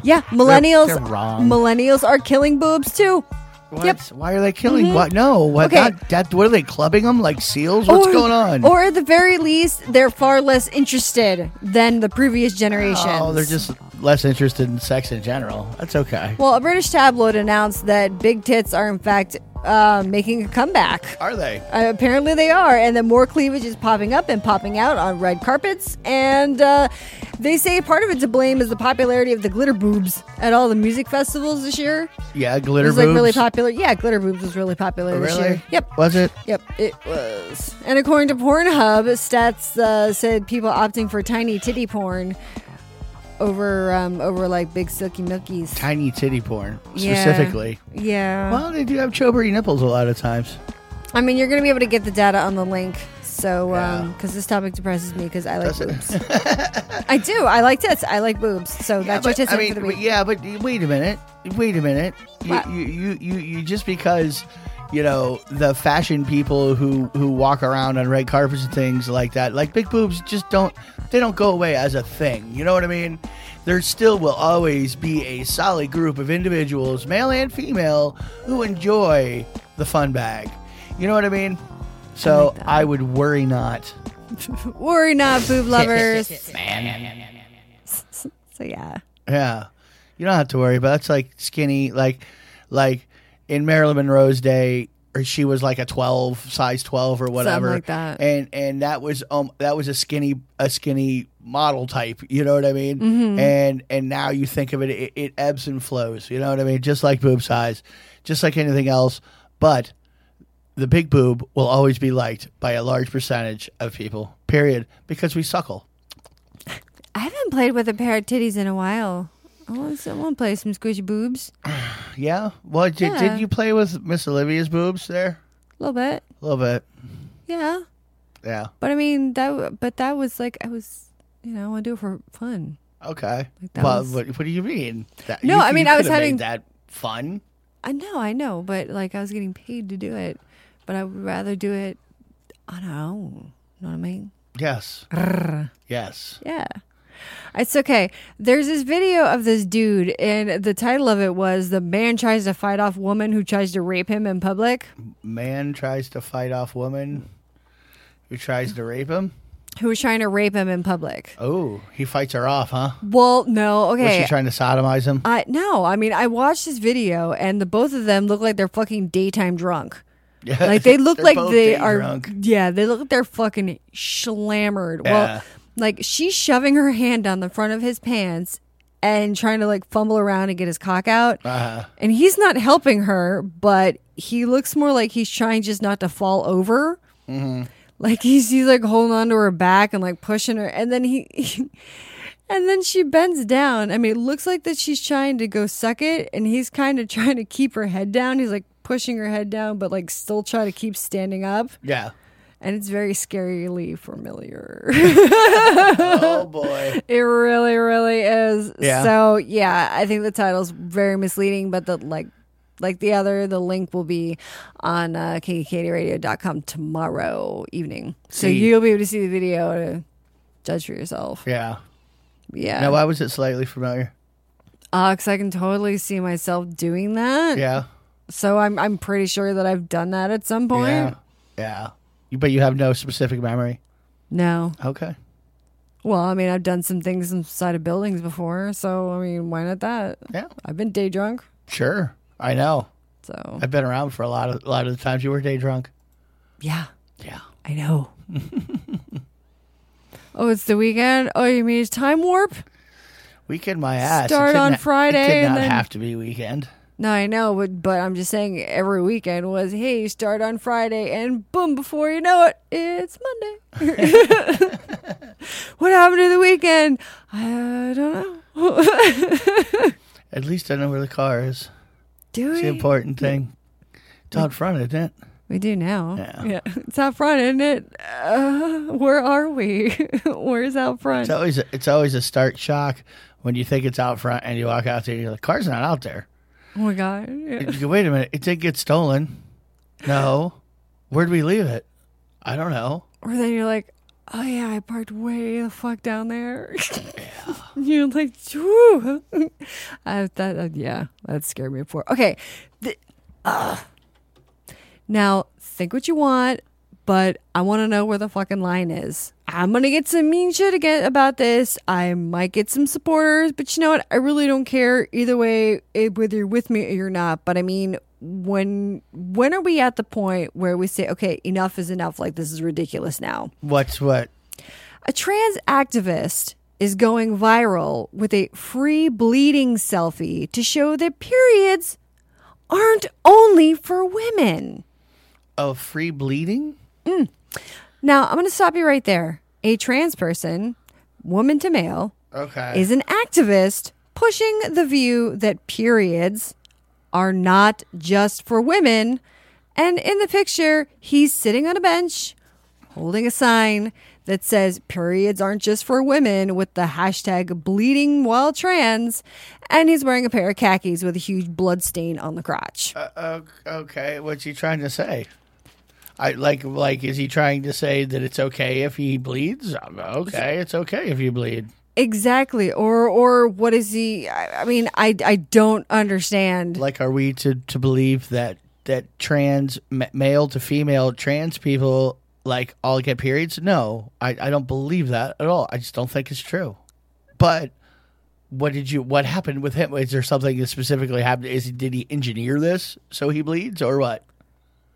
F: Yeah, yeah.
G: They're-
F: Millennials.
G: they're wrong.
F: Millennials are killing boobs too.
G: What? Why are they killing? What? No. What?
F: Mm-hmm. Okay.
G: That, that, what are they clubbing them like seals? What's
F: Or-
G: going on?
F: Or at the very least, they're far less interested than the previous generation.
G: oh, they're just less interested in sex in general. That's okay.
F: Well, a British tabloid announced that big tits are, in fact, uh, making a comeback.
G: Are they?
F: Uh, apparently, they are, and that more cleavage is popping up and popping out on red carpets. And uh, they say part of it to blame is the popularity of the glitter boobs at all the music festivals this year.
G: Yeah, glitter
F: it was like really
G: boobs? Oh,
F: popular. Yeah, glitter boobs was really popular this
G: Really?
F: year. Yep.
G: Was it?
F: Yep, it was. And according to Pornhub, stats uh, said people opting for tiny titty porn over um, over like big silky milkies.
G: Tiny titty porn
F: Yeah.
G: specifically.
F: Yeah.
G: Well, they do have chobery nipples a lot of times.
F: I mean, you're going to be able to get the data on the link. So, because this topic depresses me because I like boobs.
G: (laughs)
F: I do. I like tits. I like boobs. So that's your
G: but,
F: tits
G: I
F: in
G: mean,
F: for the
G: but
F: week.
G: yeah, but wait a minute, wait a minute. You,
F: What?
G: you, you, you, you just because you know the fashion people who who walk around on red carpets and things like that, like big boobs, just don't they don't go away as a thing. You know what I mean? There still will always be a solid group of individuals, male and female, who enjoy the fun bag. You know what I mean? So I would worry not.
F: Worry not,
G: (laughs)
F: boob lovers. (laughs) so yeah.
G: Yeah. You don't have to worry about it's like skinny like like in Marilyn Monroe's day or she was like a 12 size 12 or whatever
F: like that.
G: and and that was um that was a skinny a skinny model type you know what i mean
F: Mhm.
G: and and now you think of it, it it ebbs and flows you know what i mean just like boob size just like anything else but the big boob will always be liked by a large percentage of people period because we suckle
F: I haven't played with a pair of titties in a while. I want, I want to play some squishy boobs.
G: yeah well did,
F: Yeah.
G: did you play with miss olivia's boobs there
F: A little bit.
G: A little bit.
F: Yeah.
G: Yeah.
F: But I mean, that, but that was like, I was, you know, I want to do it for fun.
G: Okay.
F: that
G: well,
F: was-
G: what, what do you mean? That,
F: No,
G: you-
F: I
G: you
F: mean, I was
G: could've made
F: having-
G: that fun.
F: I know, I know, but like I was getting paid to do it, but I would rather do it on our own. You know what I mean?
G: Yes. Yes.
F: Yeah. It's okay. There's this video of this dude, and the title of it was The Man Tries to Fight Off Woman Who Tries to Rape Him in Public.
G: Man tries to fight off woman who tries to rape him.
F: Who was trying to rape him in public.
G: Oh, he fights her off, huh?
F: Well, no,
G: Was
F: okay.
G: she trying to sodomize him?
F: I no, I mean I watched this video and the both of them look like they're fucking daytime
G: (laughs)
F: drunk.
G: (laughs) Yeah,
F: like they look
G: they're
F: like
G: both
F: they
G: day
F: are.
G: drunk.
F: Yeah, they look like they're fucking slammered.
G: Yeah.
F: Well, like she's shoving her hand down the front of his pants and trying to like fumble around and get his cock out,
G: Uh,
F: and he's not helping her, but he looks more like he's trying just not to fall over. Like he's he's like holding onto her back and like pushing her, and then he. (laughs) And then she bends down. I mean, it looks like that she's trying to go suck it, and he's kind of trying to keep her head down. He's like pushing her head down, but like still trying to keep standing up. (laughs)
G: yeah.
F: And it's very scarily
G: (laughs)
F: familiar.
G: Oh boy.
F: it really, really is.
G: Yeah.
F: So yeah, I think the title's very misleading, but the like like the other, the link will be on uh, kkkradio.com tomorrow evening. So
G: See.
F: you'll be able to see the video to judge for yourself.
G: Yeah.
F: Yeah.
G: Now, why was it
F: (laughs)
G: slightly familiar?
F: Uh, 'cause I can totally see myself doing that.
G: Yeah.
F: So I'm I'm pretty sure that I've done that at some point.
G: Yeah. Yeah. You- But you have no specific memory.
F: No,
G: Okay.
F: Well, I mean, I've done some things inside of buildings before, so I mean, why not that?
G: Yeah,
F: I've been day drunk.
G: Sure, I know.
F: So
G: I've been around for a lot of a lot of the times you were day drunk.
F: Yeah,
G: yeah,
F: I know. (laughs) oh, it's the weekend. Oh, you mean it's time warp?
G: Weekend my ass. It
F: Start
G: couldn't
F: on
G: ha-
F: Friday
G: It
F: and
G: could not
F: then-
G: have to be weekend.
F: No, I know, but but I'm just saying every weekend was hey, start on Friday and boom, before you know it, it's Monday. (laughs) what happened to the weekend? I don't know. (laughs)
G: At least I know where the car is.
F: Do
G: It's the
F: we?
G: important thing. It's out front, isn't it?
F: we do now. (laughs)
G: Yeah.
F: It's out front, isn't it? Uh, where are we? (laughs) Where's out front?
G: It's always a, it's always a start shock when you think it's out front and you walk out there. and You're like, car's not out there.
F: oh my god. Yeah.
G: You go, Wait a minute, it did get stolen. No, where'd we leave it? I don't know.
F: Or then you're like, oh yeah, I parked way the fuck down there. (laughs) you're like, whew. (laughs) I, that, uh, yeah, that scared me before. Okay. The, ugh. now, think what you want, but I want to know where the fucking line is. I'm going to get some mean shit again about this. I might get some supporters, but you know what? I really don't care either way, eh, whether you're with me or you're not. But I mean, when when are we at the point where we say okay enough is enough like this is ridiculous now
G: What's what?
F: a trans activist is going viral with a free bleeding selfie to show that periods aren't only for women.
G: Oh, free bleeding?
F: Now, I'm going to stop you right there. A trans person, woman to male,
G: Okay.
F: is an activist pushing the view that periods are not just for women. And in the picture, he's sitting on a bench holding a sign that says periods aren't just for women with the hashtag bleeding while trans. And he's wearing a pair of khakis with a huge blood stain on the crotch.
G: Uh, o- okay, what's he trying to say? I like like is he trying to say that it's okay if he bleeds? Um, Okay, it's okay if you bleed.
F: Exactly. Or or what is he I, I mean, I I don't understand.
G: Like, are we to to believe that that trans ma- male to female trans people like all get periods? No, I I don't believe that at all. I just don't think it's true. But what did you? What happened with him? Is there something that specifically happened? Is did he engineer this so he bleeds or what?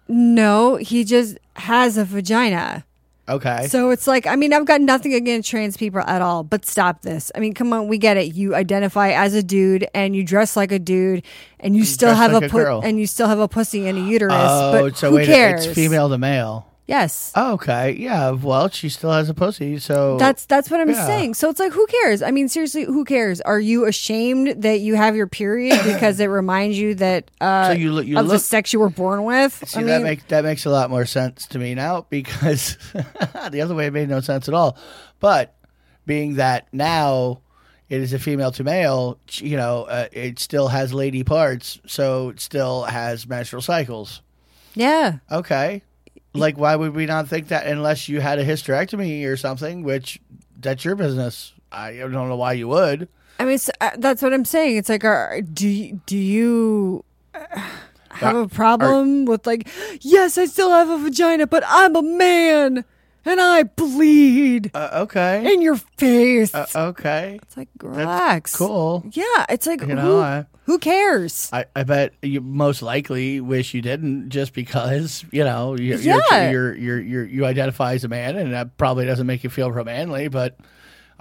F: No, he just has a vagina.
G: Okay,
F: So it's like, I mean, I've got nothing against trans people at all, but stop this. I mean, come on, we get it. You identify as a dude and you dress like a dude and you, still
G: dress
F: have
G: like
F: a,
G: a
F: pu-
G: girl.
F: and you still have a pussy and a uterus.
G: oh,
F: but
G: so
F: who
G: wait,
F: cares?
G: it's female to male.
F: Yes.
G: Okay, yeah. Well, she still has a pussy, so
F: That's that's what I'm
G: Oh. yeah.
F: saying. So it's like, who cares? I mean, seriously, who cares? Are you ashamed that you have your
G: (coughs)
F: period because it reminds you that uh,
G: So you look- you
F: of the
G: look-
F: sex you were born with?
G: See, that makes that makes a lot more sense to me now because (laughs) the other way it made no sense at all. But being that now it is a female to male, you know, uh, it still has lady parts, so it still has menstrual cycles.
F: yeah.
G: Okay, like why would we not think that unless you had a hysterectomy or something, which that's your business. I don't know why you would.
F: I mean, so, uh, that's what I'm saying. It's like, are, do you, do you uh, have a problem with like, yes, I still have a vagina, but I'm a man and I bleed
G: Uh, okay,
F: in your face.
G: uh, okay.
F: it's like relax.
G: Cool.
F: Yeah, it's like
G: You
F: who,
G: know, I-
F: who cares?
G: I, I bet you most likely wish you didn't just because (laughs) you know you you're-
F: Yeah.
G: you're, you're, you're, you identify as a man and that probably doesn't make you feel real manly but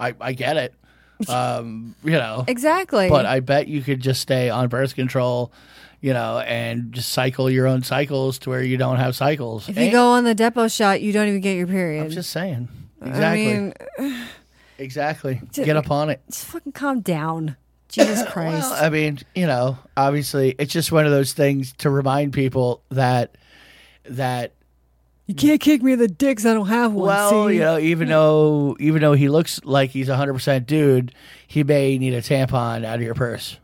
G: I, I get it
F: (laughs)
G: um, you know
F: Exactly.
G: but I bet you could just stay on birth control you know and just cycle your own cycles to where you don't have cycles
F: if you
G: And-
F: go on the depot shot, you don't even get your period.
G: I'm just saying
F: I
G: exactly
F: mean,
G: exactly get up on it
F: just fucking calm down. Jesus Christ.
G: (laughs) Well, uh, I mean, you know, obviously, it's just one of those things to remind people that that
F: you can't kick me in the dicks. I don't have one.
G: well,
F: see?
G: you know, even though even though he looks like he's hundred percent dude, he may need a tampon out of your purse.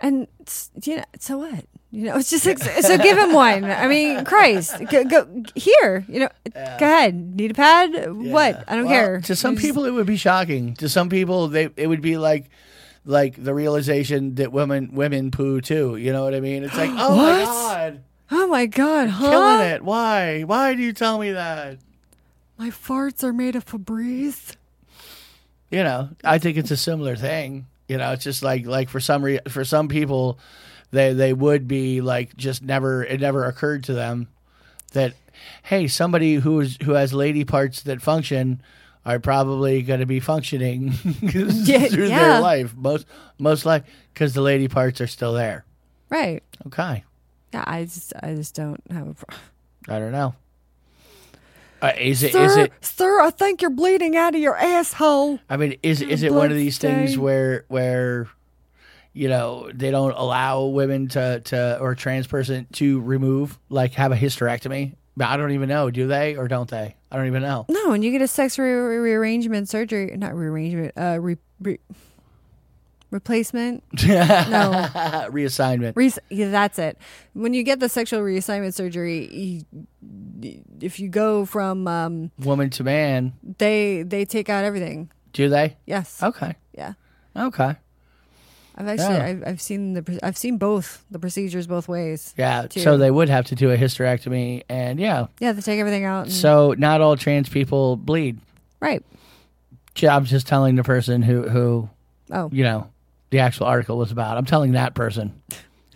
F: And s- you know, so what? You know, it's just like, so give him one. I mean, Christ, go, go here. You know, go ahead. Need a pad? What? I don't
G: Well,
F: care.
G: To some
F: Just-
G: people, it would be shocking. To some people, they it would be like like the realization that women women poo too. You know what I mean? It's like, oh my
F: What?
G: god,
F: oh my God, huh?
G: killing it. Why? Why do you tell me that?
F: My farts are made of Febreze.
G: you know, I think it's a similar thing. You know, it's just like like for some re- for some people, they they would be like just never it never occurred to them that hey somebody who is who has lady parts that function are probably going to be functioning (laughs)
F: Yeah,
G: through
F: yeah.
G: their life most most life because the lady parts are still there.
F: Right.
G: Okay,
F: Yeah, I just I just don't have a problem.
G: I don't know. Uh, is it is
F: sir,
G: it
F: sir, I think you're bleeding out of your asshole.
G: I mean, is is it
F: Blood
G: one of these things
F: stain.
G: where where you know they don't allow women to to or trans person to remove like have a hysterectomy? But I don't even know. Do they or don't they? I don't
F: (laughs)
G: even know. (laughs)
F: No, and you get a sex re- re- rearrangement surgery, not rearrangement, uh, re- re- replacement. no,
G: Reassignment.
F: Re- yeah, that's it. When you get the sexual reassignment surgery, you, if you go from, um,
G: Woman to man.
F: they they take out everything.
G: Do they?
F: Yes.
G: Okay.
F: Yeah.
G: Okay.
F: I've actually
G: Oh. Yeah.
F: I've, I've seen the pr- I've seen both the procedures both ways.
G: Yeah.
F: too.
G: So they would have to do a hysterectomy, and yeah.
F: yeah they take everything out. and-
G: So not all trans people bleed.
F: right.
G: Ju- I'm just telling the person who who
F: Oh.
G: you know the actual article was about. I'm telling that person.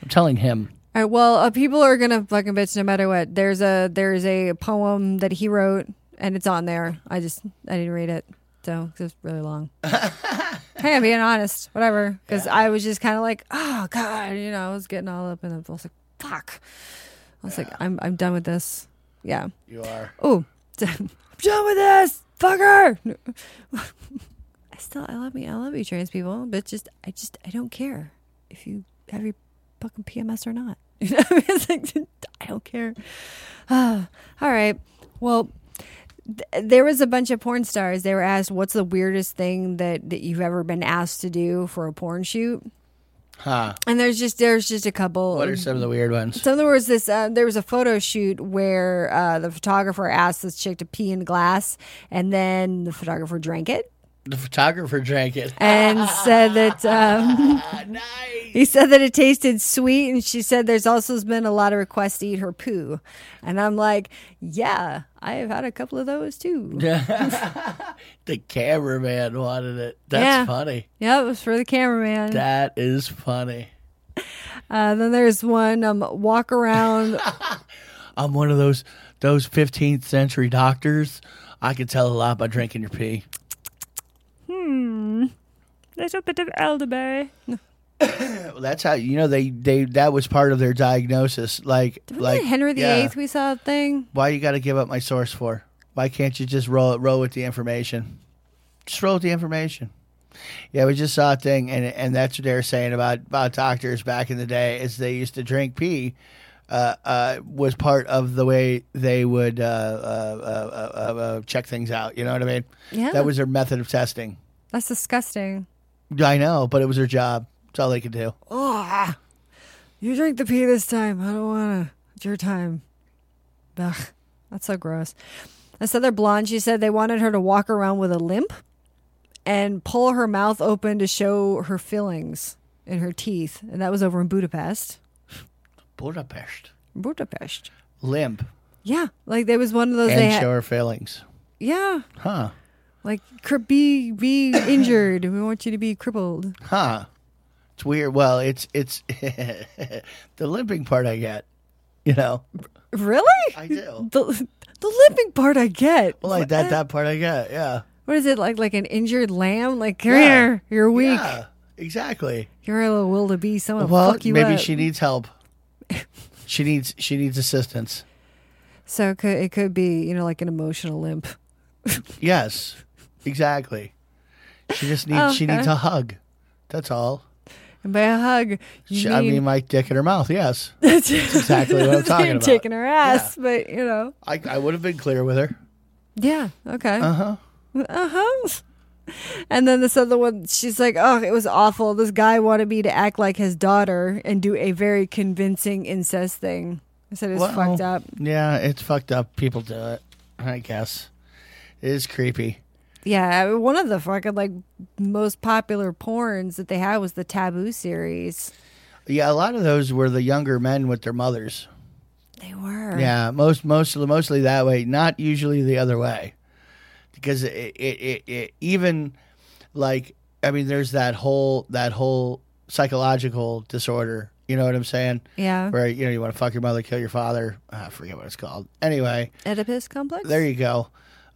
G: I'm telling him.
F: All right, well, uh, people are gonna fucking bitch no matter what. There's a there's a poem that he wrote, and it's on there. I just I didn't read it, so 'cause it's really long. hey, I'm being honest, whatever. Because I was just kind of like, oh god, you know, I was getting all up, and I was like, fuck. I was like, I'm I'm done with this. Yeah.
G: You are.
F: Oh, (laughs) I'm done with this, fucker. (laughs) I still I love me I love you trans people, but just I just I don't care if you have your fucking PMS or not. (laughs) You know, it's like (laughs) I don't care. (sighs) Ah, all right. Well, th- there was a bunch of porn stars. They were asked, "What's the weirdest thing that that you've ever been asked to do for a porn shoot?"
G: Huh.
F: And there's just there's just a couple.
G: What are some of the weird ones?
F: So there was this. Uh, there was a photo shoot where uh, the photographer asked this chick to pee in glass, and then the photographer drank it
G: The photographer drank it.
F: and said that um, he said that it tasted sweet, and she said there's also been a lot of requests to eat her poo, and I'm like, yeah, I have had a couple of those too.
G: the cameraman wanted it. That's
F: Yeah.
G: funny.
F: Yeah, it was for the cameraman.
G: That is funny.
F: Uh, then there's one um, walk around.
G: I'm one of those those 15th century doctors. I can tell a lot by drinking your pee.
F: hmm, (laughs) little bit of elderberry.
G: Well, that's how you know they they that was part of their diagnosis. Like
F: Wasn't
G: like
F: it Henry
G: yeah.
F: VIII, we saw a thing.
G: Why you got to give up my source for? Why can't you just roll roll with the information? Just roll with the information. Yeah, we just saw a thing, and and that's what they were saying about about doctors back in the day is they used to drink pee. Uh, uh, was part of the way they would uh, uh, uh, uh, uh, uh, check things out. You know what I mean?
F: Yeah.
G: That was their method of testing.
F: That's disgusting.
G: I know, but it was their job. It's all they could do.
F: Oh, you drink the pee this time. I don't want to. It's your time. Ugh, that's so gross. This other blonde, she said they wanted her to walk around with a limp and pull her mouth open to show her fillings and her teeth. And that was over in Budapest.
G: Budapest
F: Budapest.
G: limp
F: Yeah. Like there was one of those they
G: and
F: had.
G: show her failings,
F: Yeah.
G: huh?
F: Like cri- be, be injured. We want you to be crippled.
G: Huh. It's weird. Well, it's it's (laughs) the limping part I get. You know.
F: Really?
G: I do.
F: The, the limping part I get.
G: Well, like that that part I get. Yeah.
F: What is it like? Like an injured lamb? Like come
G: Yeah.
F: here, you're weak.
G: Yeah. Exactly.
F: You're a little wildebeest. I'm gonna
G: well,
F: Oh, fuck you
G: maybe
F: up.
G: she
F: (laughs)
G: needs help. she needs she needs assistance.
F: so it could, it could be you know like an emotional limp.
G: Yes. Exactly. She just needs she needs
F: Okay.
G: a hug. That's all.
F: And by a hug, you
G: She,
F: mean,
G: I mean, my dick in her mouth.
F: (laughs)
G: Yes. That's exactly what I'm talking
F: you're
G: about.
F: taking her ass, but you know,
G: I, I would have been clear with her.
F: yeah, okay,
G: Uh huh.
F: uh huh. And then this other one, she's like, "Oh, it was awful. This guy wanted me to act like his daughter and do a very convincing incest thing." I said it was fucked up.
G: Yeah, it's fucked up. People do it. I guess it is creepy.
F: Yeah, I mean, one of the fucking like most popular porns that they had was the Taboo series.
G: Yeah, a lot of those were the younger men with their mothers.
F: They were.
G: Yeah, most most mostly that way. Not usually the other way, because it it, it, it even like I mean, there's that whole that whole psychological disorder. You know what I'm saying?
F: Yeah.
G: Where you know you want to fuck your mother, kill your father. Ah, I forget what it's called. Anyway,
F: Oedipus complex.
G: there you go.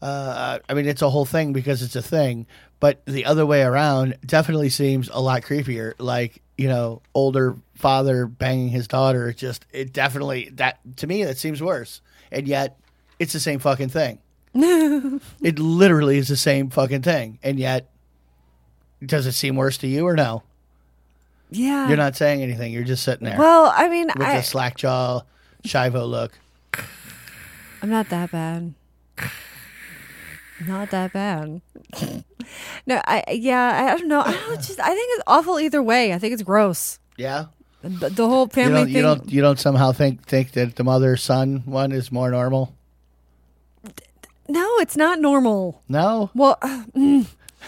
G: Uh, I mean, it's a whole thing because it's a thing. But the other way around definitely seems a lot creepier. Like you know, older father banging his daughter. It just it definitely that to me that seems worse. And yet, it's the same
F: (laughs)
G: fucking thing. It literally is the same fucking thing. And yet, does it seem worse to you or no?
F: yeah.
G: You're not saying anything. You're just sitting there.
F: Uh. Well, I mean,
G: with
F: I-
G: the slack jaw, shivo look.
F: I'm not that bad. Not that bad. no, I yeah, I, I don't know. I don't just I think it's awful either way. I think it's gross.
G: Yeah.
F: The, the whole
G: You
F: family
G: don't,
F: thing.
G: you don't. You don't somehow think think that the mother son one is more normal.
F: No, it's not normal.
G: No.
F: Well, uh, mm.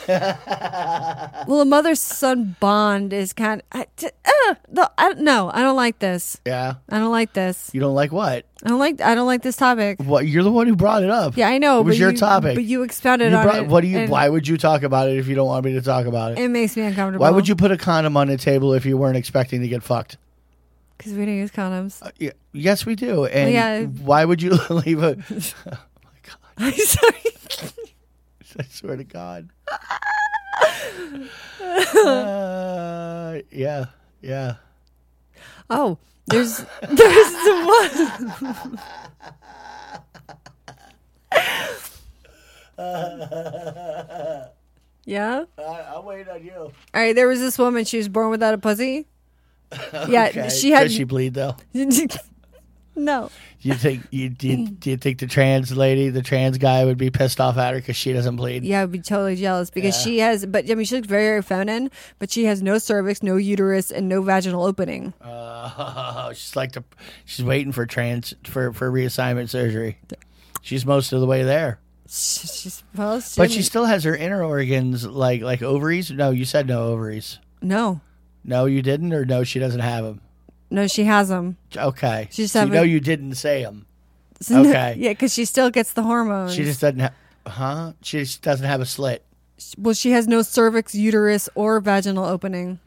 F: well, a mother son bond is kind. Of, I, t- uh, the, I, no, I don't like this.
G: Yeah.
F: I don't like this.
G: You don't like what?
F: I don't like. I don't like this topic.
G: What? You're the one who brought it up.
F: Yeah, I know.
G: It was
F: but
G: your
F: you-
G: topic.
F: but you expounded
G: You
F: on
G: brought-
F: it.
G: What do you?
F: and
G: Why would you talk about it if you don't want me to talk about it?
F: It makes me uncomfortable.
G: Why
F: (laughs)
G: would you put a condom on the table if you weren't expecting to get fucked? Uh,
F: Because we don't use condoms. (laughs)
G: Y- Yes, we do. And
F: yeah.
G: why would you (laughs) leave a?
F: I'm sorry.
G: I swear
F: (laughs)
G: to God. Uh, yeah, yeah.
F: Oh, there's (laughs) there's the one. (laughs) yeah.
G: I'm waiting on you.
F: All right. There was this woman. She was born without a pussy. (laughs) Yeah,
G: Okay.
F: she had.
G: Does she bleed though?
F: no.
G: You think you
F: Mm.
G: did? Do you think the trans lady, the trans guy, would be pissed off at her because she doesn't bleed?
F: Yeah, I'd be totally jealous because
G: Yeah.
F: she has. But I mean, she looks very, very feminine. But she has no cervix, no uterus, and no vaginal opening.
G: Uh, (laughs) she's like the, she's waiting for trans for for reassignment surgery. She's most of the way there,
F: She's well. She
G: but she still has her inner organs like like ovaries. No, you said no ovaries.
F: no,
G: No, you didn't, or no, she doesn't have them.
F: no. She has them. (laughs)
G: Okay,
F: She just
G: so you
F: haven't-
G: know you didn't say them.
F: So no-
G: Okay.
F: yeah, because she still gets the hormones.
G: She just doesn't have. Huh? She just doesn't have a slit.
F: well, she has no cervix, uterus, or vaginal opening.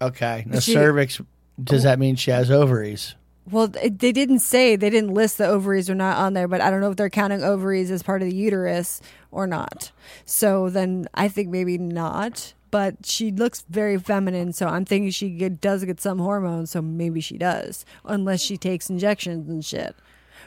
G: Okay, now
F: She- Oh.
G: cervix. Does that mean she has ovaries?
F: Well, th- they didn't say they didn't list the ovaries are not on there, but I don't know if they're counting ovaries as part of the uterus or not. So then I think maybe not. But she looks very feminine, so I'm thinking she get, does get some hormones, so maybe she does, unless she takes injections and shit.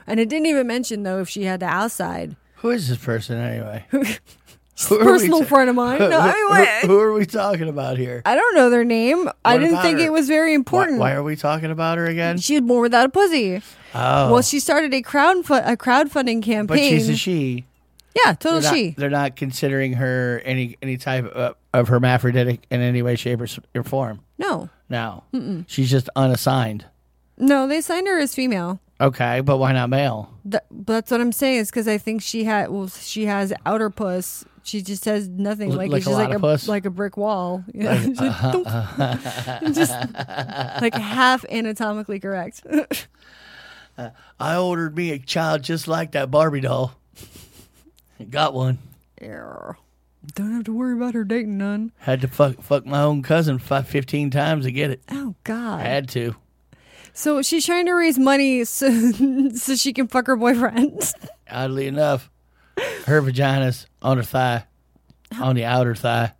F: And it didn't even mention though if she had the outside.
G: Who is this person
F: (laughs)
G: anyway? (laughs)
F: a
G: are we
F: personal
G: ta-
F: friend of mine. No, I
G: (laughs) who-
F: went.
G: who, are we talking about here?
F: I don't know their name. I
G: What
F: didn't
G: about
F: think
G: her?
F: it was very important.
G: Why are we talking about her again?
F: She was born without a pussy.
G: oh,
F: Well, she started a crowd fu- a crowdfunding campaign.
G: but she's a she.
F: Yeah, total
G: they're not,
F: she.
G: They're not considering her any any type of, of hermaphroditic in any way, shape, or, s- or form.
F: No,
G: No,
F: Mm-mm.
G: she's just unassigned.
F: no, they signed her as female.
G: Okay, but why not male?
F: Th- but that's what I'm saying is because I think she had well, she has outer puss. She just has nothing
G: L-
F: like,
G: like
F: it's
G: a
F: just like
G: lot
F: a
G: of puss?
F: like a brick wall. (laughs) You know?
G: Like, uh-huh.
F: Just don't-
G: (laughs)
F: just like half anatomically correct. (laughs)
G: I ordered me a child just like that Barbie doll. (laughs) Got one.
F: Yeah. Don't have to worry about her dating none.
G: Had to fuck fuck my own cousin fi- fifteen times to get it.
F: Oh God.
G: I had to.
F: So she's trying to raise money so (laughs) so she can fuck her boyfriend. (laughs)
G: Oddly enough, her vagina's on her thigh, on the outer thigh.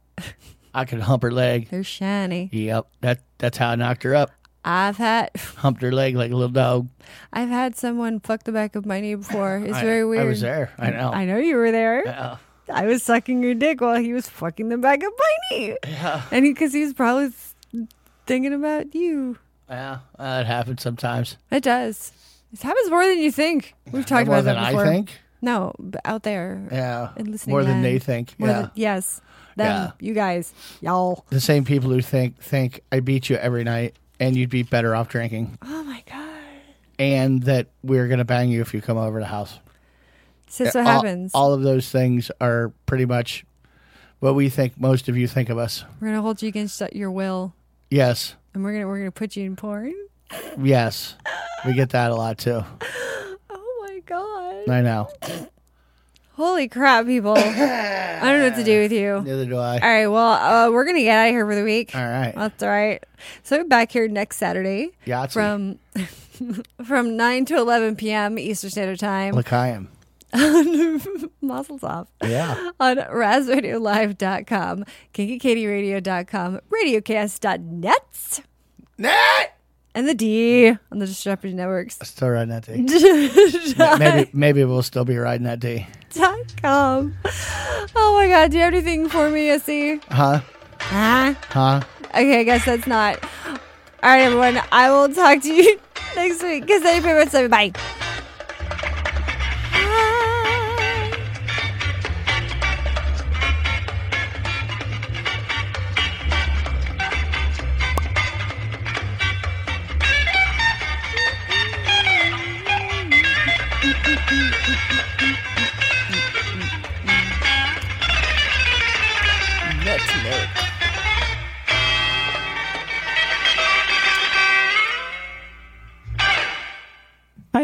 G: I could hump her leg.
F: They're shiny.
G: Yep, that that's how I knocked her up.
F: I've had
G: Humped her leg like a little dog.
F: I've had someone fuck the back of my knee before. It's
G: I-
F: very
G: I
F: weird.
G: was there. I know.
F: I know you were there.
G: Yeah.
F: I was sucking your dick while he was fucking the back of my knee. And because he, was probably thinking about you.
G: Yeah, that happens sometimes.
F: It does. It happens more than you think. We've talked
G: More
F: about
G: than
F: that
G: I
F: before.
G: think?
F: No, b- out there.
G: Yeah,
F: In listening
G: more than
F: land.
G: they think.
F: More
G: yeah,
F: than- yes. Them, you guys, y'all.
G: the same people who think think I beat you every night and you'd be better off drinking,
F: Oh my god.
G: and that we're gonna bang you if you come over to the house.
F: So that's what
G: All-
F: happens.
G: All of those things are pretty much what we think most of you think of us.
F: we're gonna hold you against your will,
G: Yes,
F: and we're gonna we're gonna put you in porn.
G: yes, we get that a lot too.
F: Oh my god.
G: I know.
F: Holy crap,
G: (laughs)
F: people. I don't know what to do with you.
G: Neither do I.
F: All right, well, uh, we're going to get out of here for the week.
G: All right.
F: That's all right. So we're back here next Saturday
G: Yahtzee.
F: from from 9 to 11 p.m. Eastern Standard Time.
G: Look, I am.
F: (laughs) Muzzles off.
G: Yeah.
F: (laughs) on RazRadioLive.com, KinkyKatieRadio.com, RadioCast.net.
G: Net!
F: And the D on the Disruptive
G: (laughs)
F: Networks.
G: Still riding that day.
F: (laughs)
G: Ma- maybe maybe we'll still be riding that day.
F: com. Oh my God, do you have anything for me, Issy?
G: Huh?
F: Huh?
G: Huh?
F: Okay, I guess that's not. All right, everyone. I will talk to you (laughs) next week. Kiss any favorites. Bye.
K: Next note. I